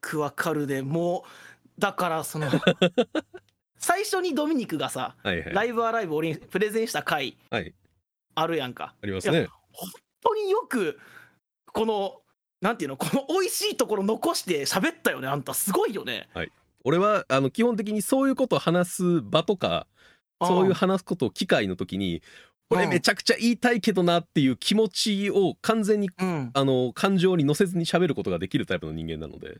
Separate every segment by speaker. Speaker 1: くわかるでもうだから その最初にドミニクがさ
Speaker 2: はい
Speaker 1: 「
Speaker 2: は
Speaker 1: ラ
Speaker 2: い。
Speaker 1: イブアライブ」俺にプレゼンした回
Speaker 2: はい。
Speaker 1: あるやんか
Speaker 2: ありますね。
Speaker 1: 本当によくこのなんていうのこの美味しいところ残して喋ったよねあんたすごいよね
Speaker 2: 俺はあの基本的にそういうことを話す場とか、そういう話すことを機会の時に、これ
Speaker 1: うん
Speaker 2: めちゃくちゃ言いたいけどなっていう気持ちを完全に
Speaker 1: うん
Speaker 2: あの感情に乗せずに喋ることができるタイプの人間なので、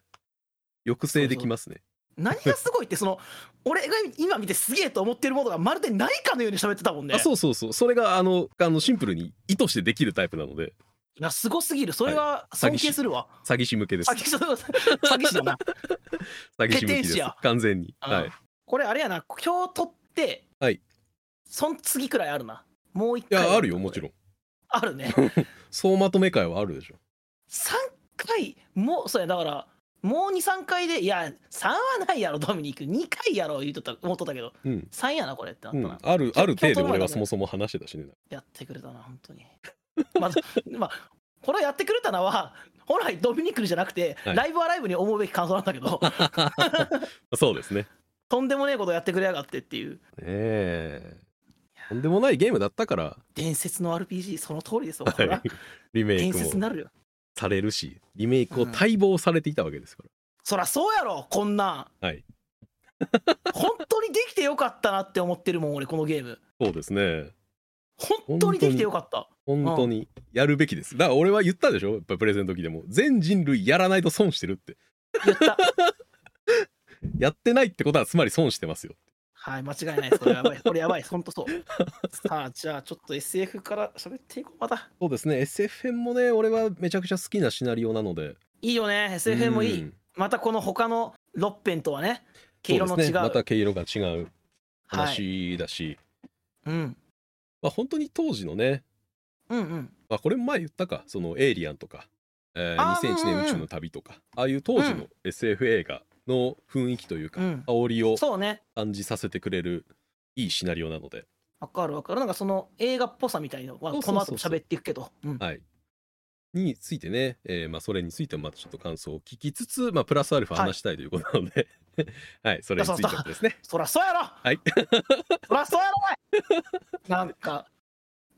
Speaker 2: 抑制できますね。
Speaker 1: 何がすごいってその俺が今見てすげえと思ってるものがまるでないかのように喋ってたもんね
Speaker 2: あ、そうそうそう。それがあのあのシンプルに意図してできるタイプなので、
Speaker 1: いやすごすぎるそれは尊敬するわ、
Speaker 2: 詐欺師向けです。
Speaker 1: 詐欺師だ 詐欺師だな
Speaker 2: 詐欺師向き
Speaker 1: ペ
Speaker 2: で
Speaker 1: テン
Speaker 2: す
Speaker 1: 師や。
Speaker 2: 完全に。
Speaker 1: うん
Speaker 2: はい。
Speaker 1: これあれやな今日取って、
Speaker 2: はい
Speaker 1: そん次くらいあるなもう一
Speaker 2: い
Speaker 1: 回
Speaker 2: やあるよもちろん。
Speaker 1: ある ね
Speaker 2: 総まとめ会はあるでしょ。
Speaker 1: 3回もうそうやだからもう23回でいや3はないやろドミニク2回やろ言うとった思っとったけど
Speaker 2: うん。
Speaker 1: 3やなこれってなっ
Speaker 2: う
Speaker 1: たな、
Speaker 2: ん、あるある程
Speaker 1: 共
Speaker 2: 度
Speaker 1: 通の
Speaker 2: 俺
Speaker 1: だね
Speaker 2: はそもそも話してたしね
Speaker 1: やってくれたな本当にまず まあこれやってくれたのは本来ドミニクルじゃなくて、
Speaker 2: はい
Speaker 1: ライブはライブに思うべき感想なんだけど
Speaker 2: そうですねね
Speaker 1: とんでもねえことやってくれやがってっていう
Speaker 2: えとんでもないゲームだったから、
Speaker 1: 伝説の RPG その通りですよ、これ
Speaker 2: は、
Speaker 1: はい
Speaker 2: リメイ
Speaker 1: 伝
Speaker 2: ク
Speaker 1: 説に
Speaker 2: も
Speaker 1: なるよ
Speaker 2: されるしリメイクを待望されていたわけですか
Speaker 1: そらそうやろこんなん
Speaker 2: ら、はい
Speaker 1: 本当にできてよかったなって思ってるもん俺このゲーム
Speaker 2: そうですね
Speaker 1: 本当にできてよかった
Speaker 2: 本当にやるべきですだから俺は言ったでしょやっぱりプレゼンの時でも全人類やらないと損してるって
Speaker 1: 言った
Speaker 2: やってないってことはつまり損してますよ
Speaker 1: はい間違いないですこれやばいこれやばい本当そう さあじゃあちょっと SF から喋っていこうまた
Speaker 2: そうですね SFN もね俺はめちゃくちゃ好きなシナリオなので
Speaker 1: いいよね SF もいい
Speaker 2: うん
Speaker 1: またこの他の6編とはね毛色の違う
Speaker 2: そうですねまた毛色が違う
Speaker 1: はい
Speaker 2: 話だし、
Speaker 1: うん、
Speaker 2: まあ本当に当時のね
Speaker 1: うんうん
Speaker 2: まあ、これも前言ったかその「エイリアン」とか、えー
Speaker 1: あーう
Speaker 2: 2001
Speaker 1: んうん
Speaker 2: 年宇宙の旅」とかああいう当時
Speaker 1: う
Speaker 2: の SF 映画の雰囲気というか、
Speaker 1: うん
Speaker 2: 煽りを
Speaker 1: そうね
Speaker 2: 感じさせてくれるいいシナリオなので、
Speaker 1: わかるわかるなんかその映画っぽさみたいなのは
Speaker 2: そう
Speaker 1: こ
Speaker 2: そう
Speaker 1: の
Speaker 2: そう
Speaker 1: 後
Speaker 2: そう
Speaker 1: も喋っていくけどうん
Speaker 2: はい、についてね、えーまあ、それについてもまたちょっと感想を聞きつつ、まあ、プラスアルファ
Speaker 1: はい
Speaker 2: 話したいということなので、 はいそれについてもですね
Speaker 1: そらそうやろ
Speaker 2: はい
Speaker 1: そらそうやろおい なんか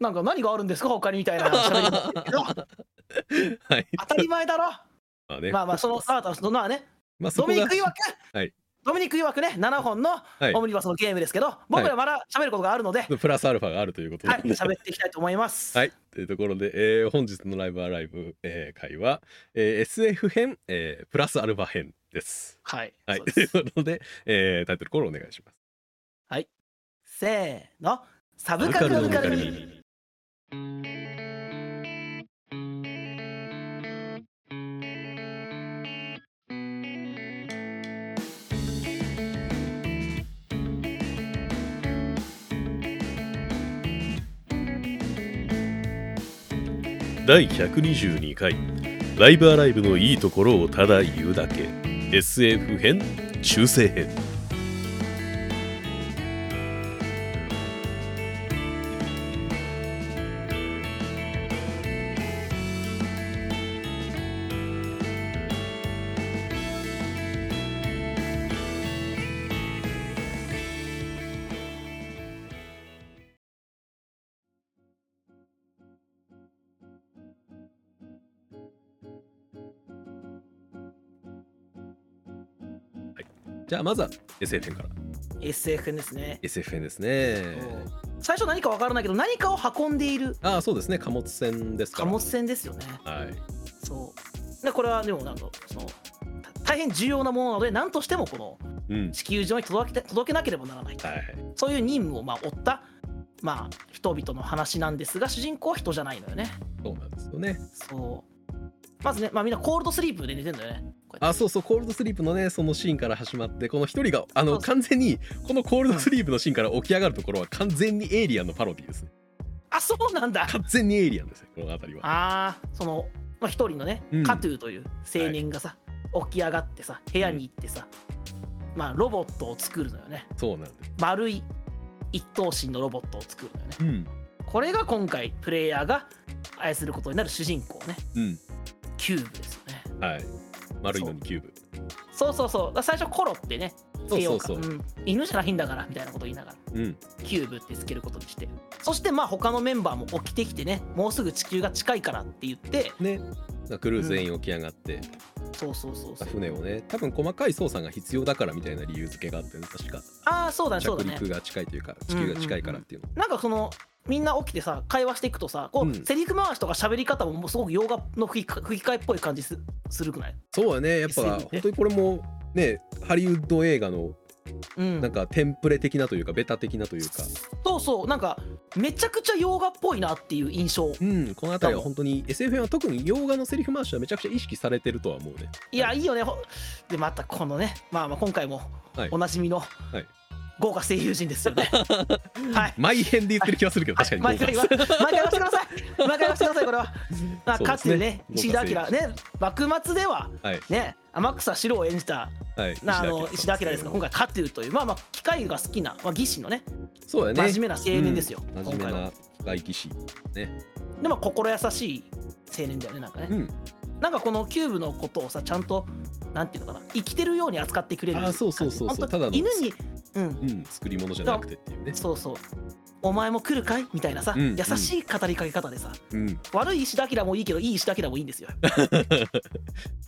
Speaker 1: なんか何があるんですか他にみたいな喋りになってるけ ど
Speaker 2: はい
Speaker 1: 当たり前だろ
Speaker 2: まあね、
Speaker 1: まあまあそのあなたはそのまあね
Speaker 2: まあ
Speaker 1: ド
Speaker 2: そこ
Speaker 1: ミニ
Speaker 2: が
Speaker 1: ク曰く、
Speaker 2: はい
Speaker 1: ドミニク曰くね7本の
Speaker 2: はい
Speaker 1: オムニバスのゲームですけど、僕らまだ喋ることがあるので、
Speaker 2: プラスアルファがあるということ
Speaker 1: は
Speaker 2: ないんで、
Speaker 1: 喋っていきたいと思います。
Speaker 2: はい、というところで、えー本日のライブアライブ、えー会は、えー SF 編、えープラスアルファ編です。
Speaker 1: はい、
Speaker 2: はい、
Speaker 1: そうで
Speaker 2: という
Speaker 1: す
Speaker 2: ことで、えータイトルコールお願いします。
Speaker 1: せーの、サブカルのぬかるみ。
Speaker 2: 第122回ライブアライブのいいところをただ言うだけ SF 編中世編じゃあまずは SF 編から
Speaker 1: SF 編ですね。
Speaker 2: SF 編ですね
Speaker 1: 最初何かわからないけど、何かを運んでいる
Speaker 2: ああそうですね貨物船ですか
Speaker 1: 貨
Speaker 2: ら
Speaker 1: 物船ですよね。
Speaker 2: はい
Speaker 1: そう。で、これはでもなんかそのた大変重要なものなので、何としてもこの
Speaker 2: うん
Speaker 1: 地球上に届けて届けなければならないと。
Speaker 2: はい
Speaker 1: そういう任務をまあ負った。まあ、人々の話なんですが主人公は人じゃないのよね。
Speaker 2: そうなんですよね
Speaker 1: そう。まずね、まあみんなコールドスリープで寝てんだよね。こうや
Speaker 2: あ
Speaker 1: って
Speaker 2: そうそうコールドスリープのねそのシーンから始まってこの一人があ
Speaker 1: そ
Speaker 2: の
Speaker 1: うそう
Speaker 2: 完全にこのコールドスリープのシーンから起き上がるところは完全にエイリアンのパロディですね
Speaker 1: あ、そうなんだ。
Speaker 2: 完全にエイリアンですねこの辺りは
Speaker 1: ああ、その、まあ、一人のね、
Speaker 2: うん
Speaker 1: カトゥーという青年がさ、起き上がってさ、部屋に行ってさ、まあロボットを作るのよね。
Speaker 2: そうなんです
Speaker 1: 丸い一等身のロボットを作るのよね。
Speaker 2: うん
Speaker 1: これが今回、プレイヤーが愛することになる主人公ね、
Speaker 2: うん
Speaker 1: キューブですよね。
Speaker 2: はい丸いのにキューブ
Speaker 1: そうそうそうだから最初コロってねつ
Speaker 2: そ
Speaker 1: け
Speaker 2: うそ
Speaker 1: よ
Speaker 2: う
Speaker 1: うか
Speaker 2: そう、
Speaker 1: うん犬じゃないんだからみたいなこと言いながら
Speaker 2: うん、
Speaker 1: キューブってつけることにしてそしてまあ他のメンバーも起きてきてねもうすぐ地球が近いからって言って
Speaker 2: ねクルー全員起き上がって、
Speaker 1: そうそうそうそう
Speaker 2: 船をね多分細かい操作が必要だからみたいな理由付けがあってね確か
Speaker 1: ああそうだねそう
Speaker 2: 着
Speaker 1: だね
Speaker 2: 陸が近いというか地球が近いからっていうの、
Speaker 1: なんかそのみんな起きてさ会話していくとさこう、
Speaker 2: うん
Speaker 1: セリフ回しとか喋り方ももうすごく洋画の吹きか吹き替えっぽい感じすするくない
Speaker 2: そうだねやっ
Speaker 1: SF
Speaker 2: ぱ
Speaker 1: ね
Speaker 2: 本当にこれもねハリウッド映画の
Speaker 1: うん
Speaker 2: なんかテンプレ的なというかベタ的なというか
Speaker 1: そうそうなんかめちゃくちゃ洋画っぽいなっていう印象
Speaker 2: うんこの辺りは本当に SF は特に洋画のセリフ回しはめちゃくちゃ意識されてるとは思うね
Speaker 1: いやいいよねほでまたこのねまあまあ今回も
Speaker 2: はい
Speaker 1: おなじみの、
Speaker 2: い
Speaker 1: 豪華声優陣ですよ ねはい
Speaker 2: 毎編で言ってる気がするけど確かに
Speaker 1: 毎回
Speaker 2: 豪
Speaker 1: は
Speaker 2: 華
Speaker 1: 毎回はしてください毎回はしてくださいこれは、まあ、
Speaker 2: そうで
Speaker 1: かつ
Speaker 2: す
Speaker 1: て
Speaker 2: ね
Speaker 1: ね
Speaker 2: 豪華声優
Speaker 1: 石田明ね幕末では
Speaker 2: はい
Speaker 1: ね天草四郎を演じた
Speaker 2: はい
Speaker 1: なあの石田明ですが
Speaker 2: か
Speaker 1: 今回カトゥーというまあまあ機械が好きな、まあ、技師のね
Speaker 2: そうだね
Speaker 1: 真面目な青年ですよ、
Speaker 2: 真
Speaker 1: 今
Speaker 2: 面目
Speaker 1: 回は
Speaker 2: な外気士
Speaker 1: でも心優しい青年だよねなんかね、
Speaker 2: うん
Speaker 1: なんかこのキューブのことをさちゃんとなんていうのかな生きてるように扱ってくれる
Speaker 2: あーそうそうそうそ
Speaker 1: 本
Speaker 2: うただ
Speaker 1: 当
Speaker 2: の
Speaker 1: 犬にうん
Speaker 2: うん作り物じゃなくてっていうね
Speaker 1: そうそうお前も来るかいみたいなさ、
Speaker 2: うん
Speaker 1: 優しい語りかけ方でさ、
Speaker 2: うん
Speaker 1: 悪い石田明もいいけどいい石田明もいいんですよ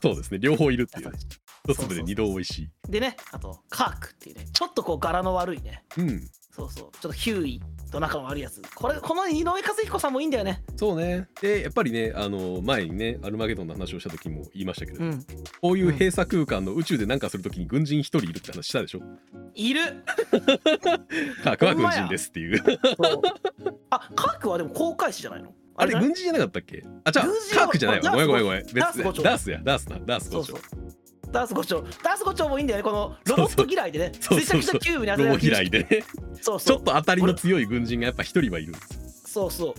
Speaker 2: そうですね両方いるって いう
Speaker 1: 優
Speaker 2: ね一
Speaker 1: しいそうそうそ
Speaker 2: 粒で
Speaker 1: う
Speaker 2: 二度美味しい
Speaker 1: でねあとカークっていうねちょっとこう柄の悪いね
Speaker 2: うん
Speaker 1: そうそうちょっとヒューイと仲の悪いやつこれこの井上和彦さんもいいんだよね
Speaker 2: そうねでやっぱりねあの前にねアルマゲドンの話をした時も言いましたけど、
Speaker 1: うん
Speaker 2: こういう閉鎖空間の宇宙で何かするときに軍人一人いるって話したでしょ
Speaker 1: いる
Speaker 2: カークは軍人ですっていう
Speaker 1: そうあカークはでも航海士じゃないの
Speaker 2: あれ
Speaker 1: だね
Speaker 2: 軍人じゃなかったっけあじゃあ
Speaker 1: 軍人
Speaker 2: カ
Speaker 1: は
Speaker 2: ークじゃないわ
Speaker 1: ダ
Speaker 2: ご
Speaker 1: ー
Speaker 2: めん
Speaker 1: ス
Speaker 2: ごめんごめん別
Speaker 1: ダース
Speaker 2: だ
Speaker 1: 伍長
Speaker 2: ダースやダースなダース
Speaker 1: そ
Speaker 2: 校
Speaker 1: うそ
Speaker 2: 長
Speaker 1: うダース五丁ダース五丁もいいんだよねこのロボット嫌いでね
Speaker 2: そう
Speaker 1: め
Speaker 2: そう
Speaker 1: ち
Speaker 2: そ
Speaker 1: ゃ
Speaker 2: う
Speaker 1: くちゃキューブに
Speaker 2: ロボ
Speaker 1: 当た
Speaker 2: 嫌いでね
Speaker 1: そう
Speaker 2: ち
Speaker 1: そ
Speaker 2: ょっ
Speaker 1: う
Speaker 2: と当たりの強い軍人がやっぱ一人はいるんですよ
Speaker 1: そうそう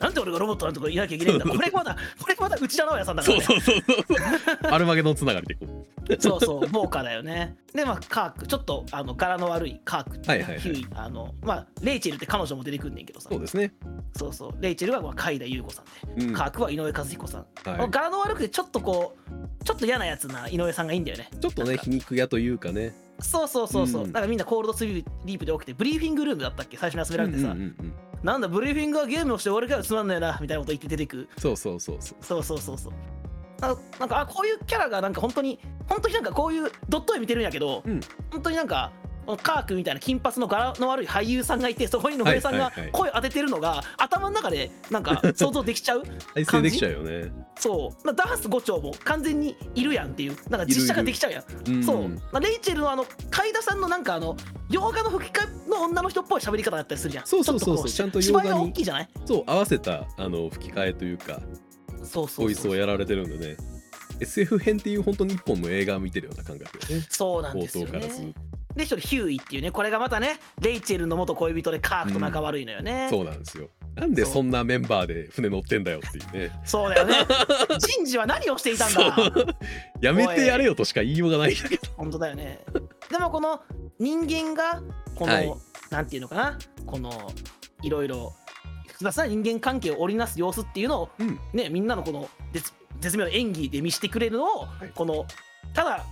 Speaker 1: なんで俺がロボットなんとかいなきゃいけないんだ
Speaker 2: そうそう
Speaker 1: これまだこれまだ内田直哉さんだから、
Speaker 2: そう
Speaker 1: ね、
Speaker 2: そうそうそう アルマゲドンつながりでこう
Speaker 1: そうそう豪華だよねでまあカークちょっとあの柄の悪いカークって
Speaker 2: は
Speaker 1: ね、
Speaker 2: いはいはい
Speaker 1: ヒューイあのまあレイチェルって彼女も出てくんねんけどさ
Speaker 2: そうですね、
Speaker 1: そうそうレイチェルはまあ海田優子さんで、
Speaker 2: うん
Speaker 1: カ
Speaker 2: は
Speaker 1: ークは井上和彦さん、
Speaker 2: い、
Speaker 1: 柄の悪くてちょっとこうちょっと嫌なやつな井上さんがいいんだよね
Speaker 2: ちょっとね皮肉屋というかね
Speaker 1: そうそうそうそう、
Speaker 2: うん
Speaker 1: だからみんなコールドスリープで起きてブリーフィングルームだったっけ最初に集められてさ、
Speaker 2: うんうんうんうん
Speaker 1: なんだブリーフィングはゲームをして終わりからつまんないなみたいなこと言って出てく
Speaker 2: そうそうそうそう
Speaker 1: そうそうそうそうあなんかあこういうキャラがなんか本当に本当になんかこういうドット絵見てるんやけど、
Speaker 2: うん
Speaker 1: 本当になんかこのカークみたいな金髪の柄の悪い俳優さんがいてそこに野上さんが
Speaker 2: はいはいはい
Speaker 1: 声を当ててるのが、頭の中でなんか想像できちゃう
Speaker 2: 再生できちゃうよね
Speaker 1: そうなダース5丁も完全にいるやんっていうなんか実写ができちゃうやん
Speaker 2: ん
Speaker 1: そう、まあ、レイチェルのあの海田さんのなんかあの洋画の吹き替えの女の人っぽい喋り方だったりするじゃん
Speaker 2: そうそうそうそう
Speaker 1: ちょっとこ
Speaker 2: ちゃんと洋
Speaker 1: 芝
Speaker 2: 画に
Speaker 1: 居が大きいじゃない
Speaker 2: そう合わせたあの吹き替えというか
Speaker 1: そうそ
Speaker 2: ボ
Speaker 1: う
Speaker 2: イス
Speaker 1: そ
Speaker 2: を
Speaker 1: う
Speaker 2: やられてるんでね SF 編っていう本当に一本の映画を見てるような感覚よね
Speaker 1: そうなん
Speaker 2: 冒
Speaker 1: です
Speaker 2: 頭
Speaker 1: よ
Speaker 2: からする
Speaker 1: ねで一人ヒューイっていうねこれがまたねレイチェルの元恋人でカークと仲悪いのよね、
Speaker 2: そうなんですよなんでそんなメンバーで船乗ってんだよっていうね
Speaker 1: そうだよね人事は何をしていたん
Speaker 2: そ
Speaker 1: だ
Speaker 2: う やめてやれよとしか言いようがないんだけど
Speaker 1: 本当だよねでもこの人間がこの、
Speaker 2: はい
Speaker 1: なんていうのかなこのいろいろ複雑な人間関係を織りなす様子っていうのを、
Speaker 2: うん
Speaker 1: ね、みんなのこの絶絶妙な演技で見せてくれるのを、
Speaker 2: い
Speaker 1: このただ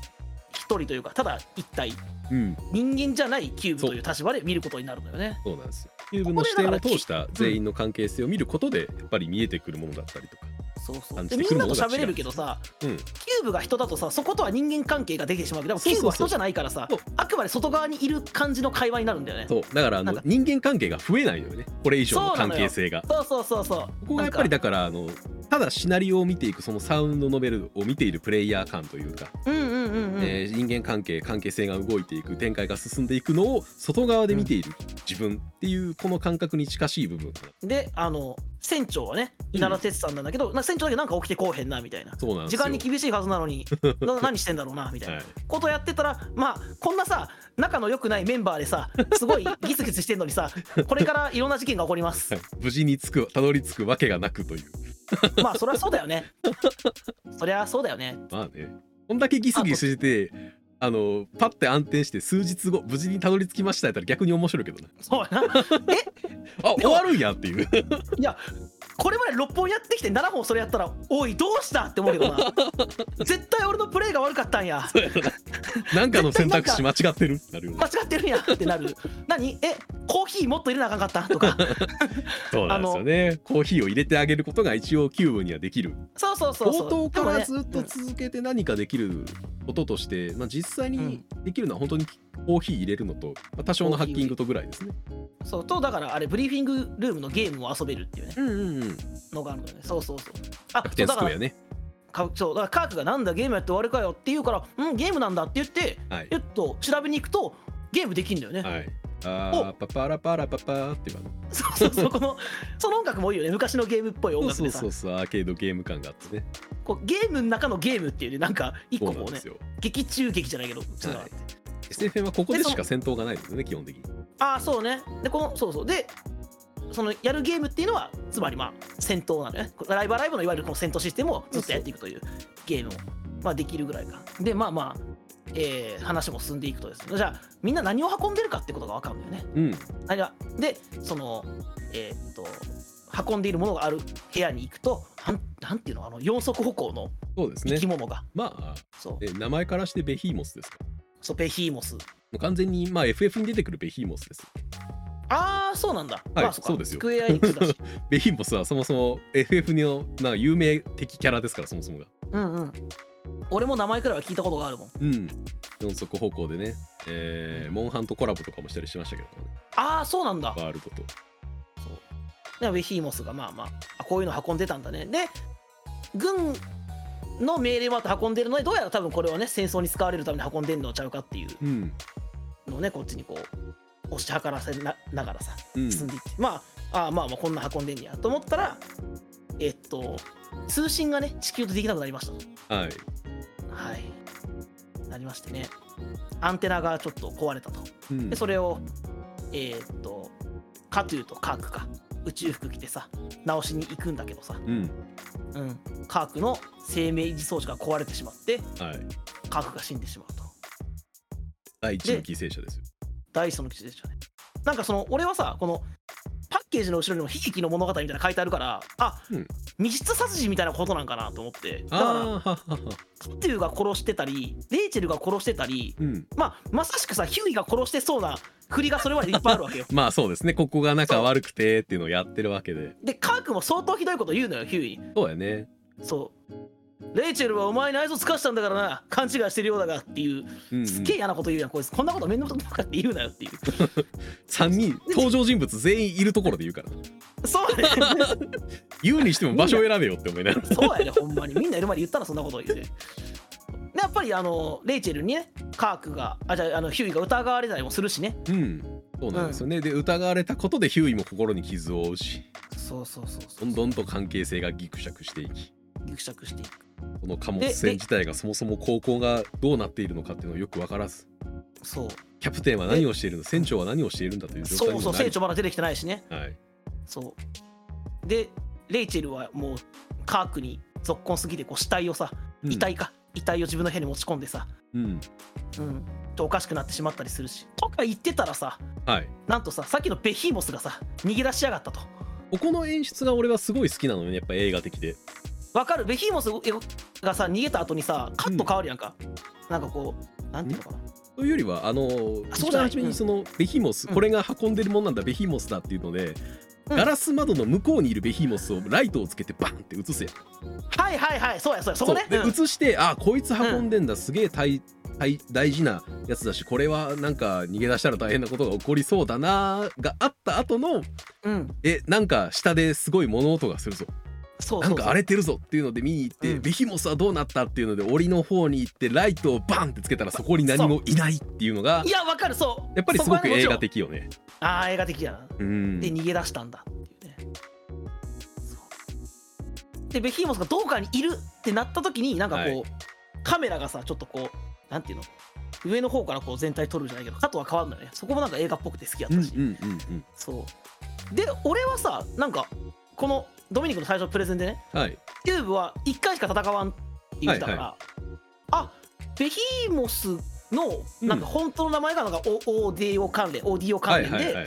Speaker 1: 一人というかただ一体
Speaker 2: うん
Speaker 1: 人間じゃないキューブという立場で見ることになるのよね。
Speaker 2: そうなんですよキューブの視点を通した全員の関係性を見ることでやっぱり見えてくるものだったりとか
Speaker 1: そうそ
Speaker 2: 感
Speaker 1: う
Speaker 2: じ
Speaker 1: で
Speaker 2: て
Speaker 1: み
Speaker 2: くる
Speaker 1: んな
Speaker 2: もの
Speaker 1: と
Speaker 2: が違う
Speaker 1: 喋れるけどさ
Speaker 2: うん
Speaker 1: キューブが人だとさそことは人間関係ができてしまうけどでもキューブは
Speaker 2: そうそうそ
Speaker 1: 人
Speaker 2: う
Speaker 1: じゃないからさ
Speaker 2: そう
Speaker 1: あくまで外側にいる感じの会話になるんだよね。
Speaker 2: そうだからあ
Speaker 1: な
Speaker 2: の
Speaker 1: んか
Speaker 2: 人間関係が増えないのよねこれ以上の関係性が
Speaker 1: そうそうそうそう。
Speaker 2: ここがやっぱりだからあのただシナリオを見ていくそのサウンドノベルを見ているプレイヤー感というか、
Speaker 1: うんうんうんうん、
Speaker 2: えー人間関係関係性が動いていく展開が進んでいくのを外側で見ている自分っていうこの感覚に近しい部分かな
Speaker 1: であの船長はね稲田哲さんなんだけど、なんか船長だけなんか起きてこうへんなみたいな
Speaker 2: そうなんです
Speaker 1: 時
Speaker 2: よ
Speaker 1: 間に厳しいはずなの にな何してんだろうなみたい
Speaker 2: は、
Speaker 1: ないことやってたらまあこんなさ仲の良くないメンバーでさすごいギスギスしてんのにさこれからいろんな事件が起こります
Speaker 2: はい無事につくたどり着くわけがなくという
Speaker 1: まあそりゃそうだよねそりゃそうだよね
Speaker 2: まあねこんだけギスギスしててあのパッて暗転して数日後無事にたどり着きましたやったら逆に面白いけどね
Speaker 1: そうやな
Speaker 2: あ終わるんやって いう
Speaker 1: いやこれまで6本やってきて7本それやったらおいどうしたって思うけどな絶対俺のプレーが悪かったんや
Speaker 2: なんかの選択肢間違ってるってなるよね
Speaker 1: 間違ってるんやってなる何えコーヒーもっと入れなあかんかったとか
Speaker 2: そうなんですよねコーヒーを入れてあげることが一応キューブにはできる
Speaker 1: そうそうそうそう
Speaker 2: 冒頭からずっ
Speaker 1: でも
Speaker 2: と
Speaker 1: ね
Speaker 2: 続けて何かできることとして、まあ、実際にできるのは本当にコーヒー入れるのと、まあ多少のハッキングとぐらいですね。
Speaker 1: うんそうとだからあれブリーフィングルームのゲームを遊べるっていうね
Speaker 2: うんうんうん。
Speaker 1: のがあるのよねそうそうそうあ
Speaker 2: 楽
Speaker 1: そう
Speaker 2: 天
Speaker 1: だ
Speaker 2: ス
Speaker 1: か
Speaker 2: ク
Speaker 1: ら
Speaker 2: エアね。
Speaker 1: かそうだからカークがなんだゲームやって終わりかよって言うからうんゲームなんだって言って
Speaker 2: はい
Speaker 1: え。っと調べに行くとゲームできるんだよね、
Speaker 2: はい。あー
Speaker 1: お
Speaker 2: パパラパラパパーっていう感
Speaker 1: そうそうそうこのその音楽もいいよね昔のゲームっぽい音楽
Speaker 2: じ。そう
Speaker 1: でさ
Speaker 2: そうそう、アーケードゲーム感があってね。
Speaker 1: こうゲームの中のゲームっていうねなんか一
Speaker 2: そ
Speaker 1: 個
Speaker 2: うな
Speaker 1: こ
Speaker 2: ん
Speaker 1: う
Speaker 2: で
Speaker 1: ね
Speaker 2: すよ。
Speaker 1: 劇中劇じゃないけどそういうのがあって
Speaker 2: SFM はここでしか戦闘がないですね、基本的に。
Speaker 1: ああそうねでこのそうそうでそのやるゲームっていうのはつまりまあ戦闘なのねライブアライブのいわゆるこの戦闘システムをずっとやっていくというゲームを、まあ、できるぐらいかでまあまあえー話も進んでいくとですねじゃあみんな何を運んでるかってことが分かるんだよね
Speaker 2: うん。
Speaker 1: あれはでそのえーっと運んでいるものがある部屋に行くとなんなんていうのあの四足歩行の
Speaker 2: そうです
Speaker 1: 生
Speaker 2: ね
Speaker 1: き。物が、
Speaker 2: まあ、
Speaker 1: そう
Speaker 2: え名前からしてベヒーモスですから。も
Speaker 1: そうベヒーモス
Speaker 2: う完全に、まあ、FF に出てくるベヒーモスです。
Speaker 1: ああそうなんだ、
Speaker 2: はい
Speaker 1: まあっか
Speaker 2: そうです
Speaker 1: ス
Speaker 2: よ
Speaker 1: クエアエニックスだし
Speaker 2: ベヒーモスはそもそも FF のなんか有名的キャラですから、そもそもが。
Speaker 1: うんうん俺も名前くらいは聞いたことがあるもん
Speaker 2: うん、四足歩行でね、えーモンハンとコラボとかもしたりしましたけど、ね、
Speaker 1: ああそうなんだ
Speaker 2: ワールドと。
Speaker 1: でウェヒーモスがまあまああこういうの運んでたんだねで軍の命令もあって運んでるのでどうやら多分これはね戦争に使われるために運んでんのちゃうかっていう
Speaker 2: うん、
Speaker 1: のをねこっちにこう押し量らせなながらさ
Speaker 2: うん、
Speaker 1: 進んでいって、まあああまあまあこんな運んでんねやと思ったらえっと通信がね地球とできなくなりましたと
Speaker 2: はい、
Speaker 1: はいなりましてねアンテナがちょっと壊れたと
Speaker 2: うん
Speaker 1: で、それを、えーっと、カトゥーとカークか、宇宙服着てさ、直しに行くんだけどさ、
Speaker 2: うん、
Speaker 1: うん、カークの生命維持装置が壊れてしまって、
Speaker 2: はい、
Speaker 1: カークが死んでしまうと。
Speaker 2: 第一の犠牲者ですよ。
Speaker 1: ダイソの基地でしたね。なんかその、俺はさ、この、パッケージの後ろにも悲劇の物語みたいなの書いてあるから、あ、
Speaker 2: うん
Speaker 1: 密室殺人みたいなことなんかなと思って、だから、
Speaker 2: ああ、はっはっは。
Speaker 1: カトゥーが殺してたり、レイチェルが殺してたり、
Speaker 2: うん、。
Speaker 1: まあ、まさしくさ、ヒューイが殺してそうな振りがそれまでいっぱいあるわけよ
Speaker 2: まあそうですね、ここが仲悪くてっていうのをやってるわけで。
Speaker 1: で、カークも相当ひどいこと言うのよ、ヒューイ。
Speaker 2: そうやね。
Speaker 1: そう。レイチェルはお前に愛想つかしたんだからな勘違いしてるようだがっていう
Speaker 2: うん、うん
Speaker 1: すっげえ嫌なこと言うやんこいつこんなこと面倒くさくかって言うなよっていう
Speaker 2: 三人、登場人物全員いるところで言うから。
Speaker 1: そうだ ね
Speaker 2: 言うにしても場所を選べよって思いながら。
Speaker 1: そうやねほんまにみんないる前に言ったらそんなこと言うてでやっぱりあのレイチェルにねカークがあじゃああのヒューイが疑われたりもするしね
Speaker 2: うん。そうなんですよね。で、疑われたことでヒューイも心に傷を負うし、
Speaker 1: そうそうそうそう
Speaker 2: ど
Speaker 1: ん
Speaker 2: どんと関係性がギクシャクしていき。
Speaker 1: ぎくしゃくしていく
Speaker 2: この貨物船自体がそもそも航行がどうなっているのかっていうのをよく分からず
Speaker 1: そう
Speaker 2: キャプテンは何をしているの船長は何をしているんだという状
Speaker 1: そ
Speaker 2: 態
Speaker 1: う
Speaker 2: に
Speaker 1: そ
Speaker 2: も
Speaker 1: う
Speaker 2: な
Speaker 1: 成
Speaker 2: り
Speaker 1: 長まだ出てきてないしね
Speaker 2: はい、
Speaker 1: そうでレイチェルはもうカークにぞっこんすぎてこう死体をさ
Speaker 2: うん
Speaker 1: 遺体か、遺体を自分の部屋に持ち込んでさ
Speaker 2: うん
Speaker 1: うん、とおかしくなってしまったりするしとか言ってたらさ
Speaker 2: はい
Speaker 1: なんとささっきのベヒーモスがさ逃げ出しやがったと
Speaker 2: ここの演出が俺はすごい好きなのねやっぱ映画的で
Speaker 1: わかるベヒーモスがさ逃げた後にさカット変わるやんか、なんかこうなんていうのかな
Speaker 2: というよりはあの
Speaker 1: あそ
Speaker 2: 一
Speaker 1: うじゃ
Speaker 2: 番
Speaker 1: ない
Speaker 2: 初めにそのベヒモス、
Speaker 1: うん
Speaker 2: これが運んでるもんなんだベヒモスだっていうので、
Speaker 1: うん
Speaker 2: ガラス窓の向こうにいるベヒモスをライトをつけてバンって映すやん
Speaker 1: はいはいはいそうやそうやそこね
Speaker 2: うで
Speaker 1: うん
Speaker 2: 映してあこいつ運んでんだ、すげえ大大大事なやつだしこれはなんか逃げ出したら大変なことが起こりそうだながあった後の
Speaker 1: うん
Speaker 2: えなんか下ですごい物音がするぞ
Speaker 1: そうそう
Speaker 2: な
Speaker 1: そうん
Speaker 2: か荒れてるぞっていうので見に行って、
Speaker 1: うん
Speaker 2: ベヒモスはどうなったっていうので檻の方に行ってライトをバンってつけたらそこに何もいないっていうのが
Speaker 1: いやわかるそう
Speaker 2: やっぱりすごく
Speaker 1: そこ
Speaker 2: 映画
Speaker 1: はねもち
Speaker 2: 的よね。
Speaker 1: ろんああ映画的やな
Speaker 2: うん
Speaker 1: で逃げ出したんだっていうねそうでベヒーモスがどこかにいるってなった時になんかこう、
Speaker 2: はい
Speaker 1: カメラがさちょっとこうなんていうの上の方からこう全体撮るじゃないけどカットは変わるのよねそこもなんか映画っぽくて好きやっ
Speaker 2: うん
Speaker 1: た
Speaker 2: うん
Speaker 1: し、
Speaker 2: うんうん
Speaker 1: そうで俺はさなんかこのドミニクの最初のプレゼンでね
Speaker 2: はい
Speaker 1: キューブは1回しか戦わんって言ってたから、あベヒーモスのなんか本当の名前がなんかオオーディオ関連オーディオ
Speaker 2: は
Speaker 1: 関
Speaker 2: い
Speaker 1: 連
Speaker 2: はいは
Speaker 1: で
Speaker 2: い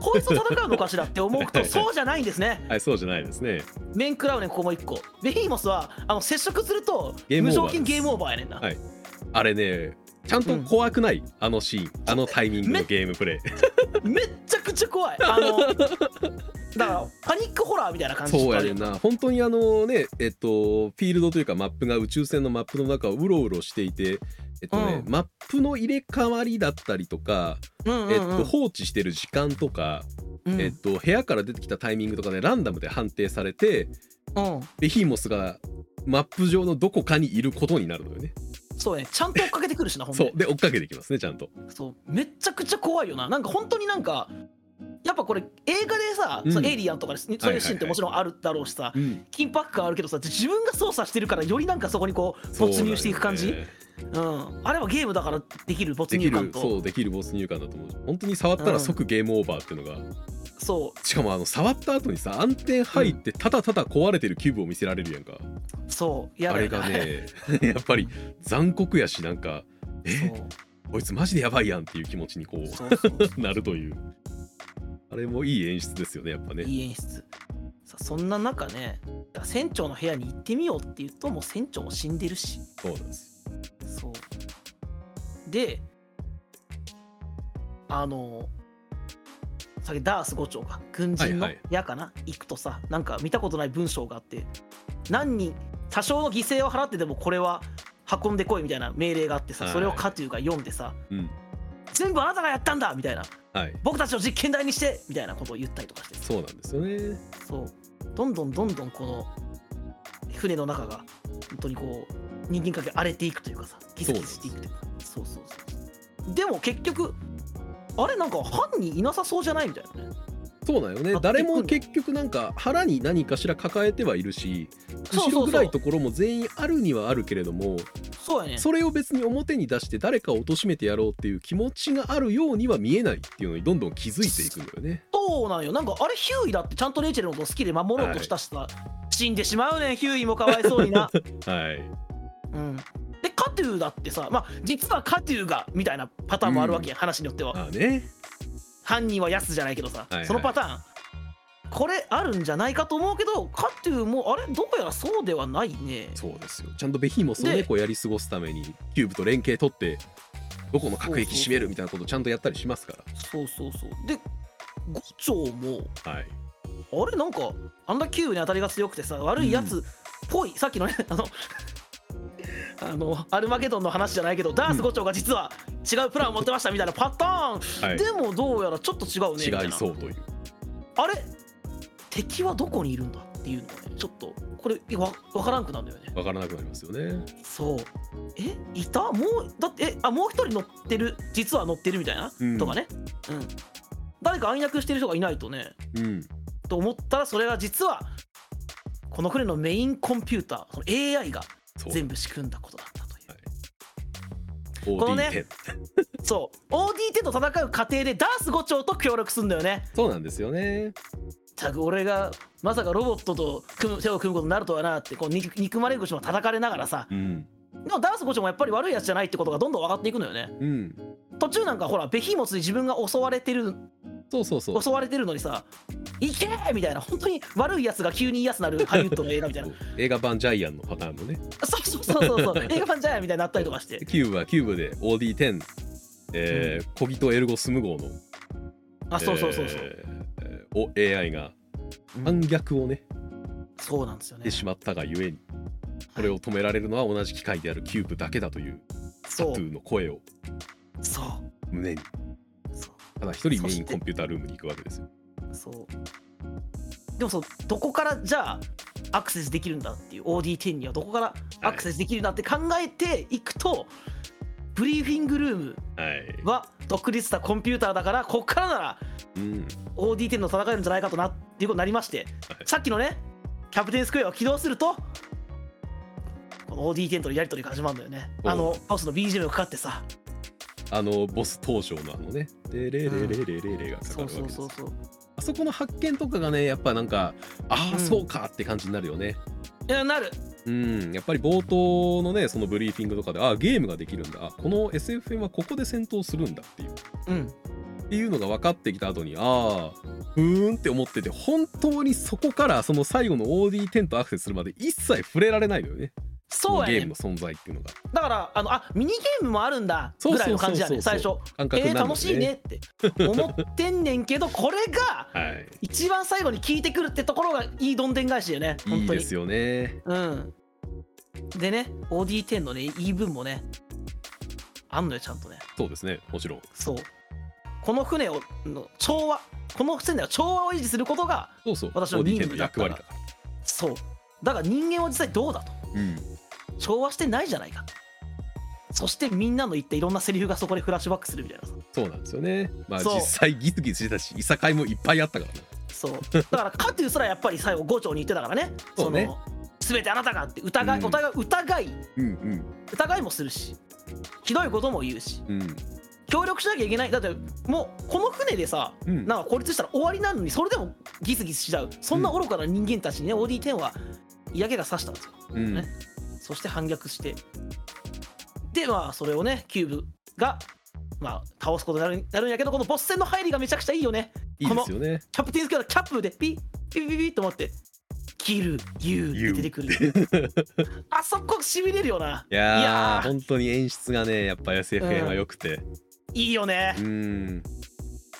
Speaker 1: こいつと戦うのかしらって思う
Speaker 2: はい
Speaker 1: と
Speaker 2: はい
Speaker 1: そうじゃないんですね
Speaker 2: はいそうじゃないですね。
Speaker 1: メンクラウネンここも1個ベヒーモスはあの接触すると
Speaker 2: ゲームオ
Speaker 1: 無
Speaker 2: ーバー
Speaker 1: 条件ゲームオーバーやねんな、
Speaker 2: はいあれねちゃんと怖くない、あのシーンあのタイミングのゲームプレイ
Speaker 1: めっちゃくちゃ怖いあの だからパニックホラーみたいな感じ
Speaker 2: そうやねんな本当にあのねえっとフィールドというかマップが宇宙船のマップの中をうろうろしていてえっとね、
Speaker 1: う
Speaker 2: マップの入れ替わりだったりとか、
Speaker 1: うんうんうん
Speaker 2: えっと、放置してる時間とか、
Speaker 1: うん
Speaker 2: えっと、部屋から出てきたタイミングとかでランダムで判定されて
Speaker 1: うん
Speaker 2: ベヒーモスがマップ上のどこかにいることになるのよね
Speaker 1: そうねちゃんと追っかけてくるしなほん
Speaker 2: そう
Speaker 1: で
Speaker 2: で追っかけてきますねちゃんと
Speaker 1: そうめっちゃくちゃ怖いよななんか本当になんかやっぱこれ映画でさ、
Speaker 2: うん
Speaker 1: そのエイリアンとかでそういうシーンってもちろんあるだろうしさ、
Speaker 2: うん
Speaker 1: 緊迫感あるけどさ自分が操作してるからよりなんかそこにこう没入していく感じう,、
Speaker 2: そうなんよね
Speaker 1: んあれはゲームだからできる没
Speaker 2: でき
Speaker 1: 入感
Speaker 2: る
Speaker 1: と
Speaker 2: そうできる没入感だと思う本当に触ったら即ゲームオーバーっていうのが、
Speaker 1: そう
Speaker 2: しかもあの触った後にさ暗転入ってただただ壊れてるキューブを見せられるやんか、
Speaker 1: そうや
Speaker 2: あ
Speaker 1: だ
Speaker 2: れ
Speaker 1: よな
Speaker 2: が ね やっぱり残酷やしなんかえこいつマジでやばいやんっていう気持ちにこう
Speaker 1: そうそうそう
Speaker 2: なるというあれもいい演出ですよねやっぱね
Speaker 1: いい演出さそんな中ねだから船長の部屋に行ってみようって言うともう船長も死んでるし
Speaker 2: そうなんです
Speaker 1: そうであのさっきダース伍長が軍人の
Speaker 2: はいはい
Speaker 1: 矢かな、行くとさなんか見たことない文章があって何人多少の犠牲を払ってでもこれは運んでこいみたいな命令があってさ、
Speaker 2: はい
Speaker 1: それをカトゥーが読んでさ
Speaker 2: うん
Speaker 1: 全部あなたがやったんだみたいな
Speaker 2: はい
Speaker 1: 僕たちを実験台にしてみたいなことを言ったりとかして
Speaker 2: そうなんですよね
Speaker 1: そうどんどんどんどんこの船の中が本当にこう人間関係荒れていくというかさギスギスしていくというかそうそうそうでも結局あれなんか犯人いなさそうじゃないみたいなね
Speaker 2: そうなんよね
Speaker 1: あ
Speaker 2: 誰も結局なんか腹に何かしら抱えてはいるし
Speaker 1: そうそう
Speaker 2: 後
Speaker 1: そう
Speaker 2: ろ暗いところも全員あるにはあるけれども
Speaker 1: そうやね
Speaker 2: それを別に表に出して誰かを貶めてやろうっていう気持ちがあるようには見えないっていうのにどんどん気づいていくんだよね。
Speaker 1: そうなんよなんかあれヒューイだってちゃんとレイチェルのこと好きで守ろうとしたしさ、死んでしまうねんヒューイもかわいそうに な
Speaker 2: はい、
Speaker 1: うんでカトゥーだってさまあ実はカトゥーがみたいなパターンもあるわけや、話によっては
Speaker 2: まあね
Speaker 1: 犯人はヤスじゃないけどさ、
Speaker 2: いはい
Speaker 1: そのパターンこれあるんじゃないかと思うけどカトゥーもあれどうやらそうではないね
Speaker 2: そうですよちゃんとベヒーモスの
Speaker 1: で
Speaker 2: 猫をやり過ごすためにキューブと連携取ってどこの各駅閉めるみたいなことちゃんとやったりしますか
Speaker 1: そうそうそうで五丁も
Speaker 2: ら。はい、
Speaker 1: あれなんかあんなキューブに当たりが強くてさ悪いやつっぽい、さっきのね あのあのアルマゲドンの話じゃないけどダース五丁が実は違うプランを持ってましたみたいなパターン、
Speaker 2: はい
Speaker 1: でもどうやらちょっと違うねみたい
Speaker 2: 違い
Speaker 1: な
Speaker 2: そうという。
Speaker 1: あれ敵はどこにいるんだっていうのがねちょっとこれわ分からんくなるんだよね
Speaker 2: わからなくなりますよね。
Speaker 1: そうえいたもうだってえあもう一人乗ってる実は乗ってるみたいな、
Speaker 2: うん
Speaker 1: とかね、うん、誰か暗躍してる人がいないとね
Speaker 2: うん、
Speaker 1: と思ったらそれが実はこの船のメインコンピューターその AI が
Speaker 2: そう
Speaker 1: 全部仕組んだことだったという
Speaker 2: はいこ
Speaker 1: このねそう OD10 と戦う過程でダース5丁と協力するんだよね
Speaker 2: そうなんですよね。
Speaker 1: ったく俺がまさかロボットと組む手を組むことになるとはなってこう憎憎まれ口も叩かれながらさ
Speaker 2: うん、
Speaker 1: でもダース5丁もやっぱり悪いやつじゃないってことがどんどん分かっていくのよね
Speaker 2: うん、
Speaker 1: 途中なんかほらベヒーモスに自分が襲われてる
Speaker 2: そうそうそう。
Speaker 1: 襲われてるのにさ「行け!」みたいな本当に悪いやつが急に言いやすなるハリウッドの映画みたい な
Speaker 2: 映画版ジャイアンのパターンのね。
Speaker 1: そうそうそうそうそう 映画版じゃんみたいになったりとかして
Speaker 2: キューブはキューブで OD10、えーコギとエルゴスム号の、
Speaker 1: あそうそうそうそう、
Speaker 2: えーえーを AI が
Speaker 1: うん
Speaker 2: 反逆をね、
Speaker 1: そうなんですよ
Speaker 2: して
Speaker 1: ね
Speaker 2: しまったがゆえにこれを止められるのは同じ機械であるキューブだけだというタ
Speaker 1: そ
Speaker 2: ト
Speaker 1: う
Speaker 2: ゥーの声を
Speaker 1: そう
Speaker 2: 胸に
Speaker 1: そう
Speaker 2: ただ一人
Speaker 1: そ
Speaker 2: メ
Speaker 1: して
Speaker 2: インコンピュータールームに行くわけですよ
Speaker 1: そうでもそうどこからじゃあアクセスできるんだっていう OD10 にはどこからアクセスできるんだって考えていくと、ブリーフィングルーム
Speaker 2: はい、
Speaker 1: は独立したコンピューターだからこっからなら
Speaker 2: うん、
Speaker 1: OD10 の戦えるんじゃないかとなっていうことになりまして、
Speaker 2: はい
Speaker 1: さっきのねキャプテンスクエアを起動するとこの OD10 とのやり取りが始まるんだよね
Speaker 2: おう
Speaker 1: あのハウスの BGM がかかってさ
Speaker 2: あのボス登場のあのね「レレレレレレレ」がかかる
Speaker 1: そ
Speaker 2: わ
Speaker 1: う
Speaker 2: け
Speaker 1: そう
Speaker 2: です
Speaker 1: そうそう
Speaker 2: あそこの発見とかがねやっぱなんかああ、
Speaker 1: うん
Speaker 2: そうかって感じになるよね
Speaker 1: いやなる
Speaker 2: うんやっぱり冒頭のねそのブリーフィングとかでああゲームができるんだあこの SFM はここで戦闘するんだっていう
Speaker 1: うん
Speaker 2: っていうのが分かってきた後にああうーんって思ってて本当にそこからその最後の OD10 とアクセスするまで一切触れられないのよね
Speaker 1: そうや
Speaker 2: ゲ
Speaker 1: ね
Speaker 2: ーム
Speaker 1: ん
Speaker 2: の存在っていうのが
Speaker 1: だからあのあミニゲームもあるんだ
Speaker 2: そう
Speaker 1: ぐ
Speaker 2: そう
Speaker 1: らい
Speaker 2: そう
Speaker 1: の感じやねん
Speaker 2: そう
Speaker 1: 最
Speaker 2: そ
Speaker 1: 初
Speaker 2: 感覚
Speaker 1: えー、
Speaker 2: なの
Speaker 1: 楽しいねって思ってんねんけどこれが
Speaker 2: はい
Speaker 1: 一番最後に効いてくるってところがいいどんでん返しだよね
Speaker 2: い
Speaker 1: 本
Speaker 2: い
Speaker 1: 当に
Speaker 2: ですよね
Speaker 1: うんでね OD10 のね言い分もねあんのよちゃんとね
Speaker 2: そうですねもちろん
Speaker 1: そうこの船をの調和この船では調和を維持することが
Speaker 2: そうそう
Speaker 1: 私の
Speaker 2: ボディ
Speaker 1: 任
Speaker 2: テン
Speaker 1: 務
Speaker 2: の
Speaker 1: だったか
Speaker 2: 役
Speaker 1: ら
Speaker 2: 割だか
Speaker 1: そうだから人間は実際どうだと
Speaker 2: らうん
Speaker 1: 調和してないじゃないかそしてみんなの言ったいろんなセリフがそこでフラッシュバックするみたいなさ
Speaker 2: そうなんですよねまあ
Speaker 1: そう
Speaker 2: 実際ギスギスしてたしいさかいもいっぱいあったからね
Speaker 1: そうだからかというすらやっぱり最後五条に言ってたからね
Speaker 2: そうね
Speaker 1: の全てあなたがって疑い、
Speaker 2: うん
Speaker 1: お互い疑い
Speaker 2: うん
Speaker 1: 疑いもするしひどいことも言うし
Speaker 2: うんうん
Speaker 1: 協力しなきゃいけないだってもうこの船でさ
Speaker 2: うん
Speaker 1: なんか孤立したら終わりなのにそれでもギスギスしちゃうそんな愚かな人間たちにね OD10 は嫌気がさしたんですよ
Speaker 2: うん
Speaker 1: ねそして反逆してでまあそれをねキューブがまあ倒すことになるんなるんやけどこのボス戦の入りがめちゃくちゃいいよね
Speaker 2: いいですよね
Speaker 1: キャプテンスキャラキャップでピッピッピッピッと思って「キル・ユー」って出てくる あそこしびれるよない
Speaker 2: やー
Speaker 1: いやー
Speaker 2: 本当に演出がねやっぱ SFN は良くて
Speaker 1: いいよね
Speaker 2: うん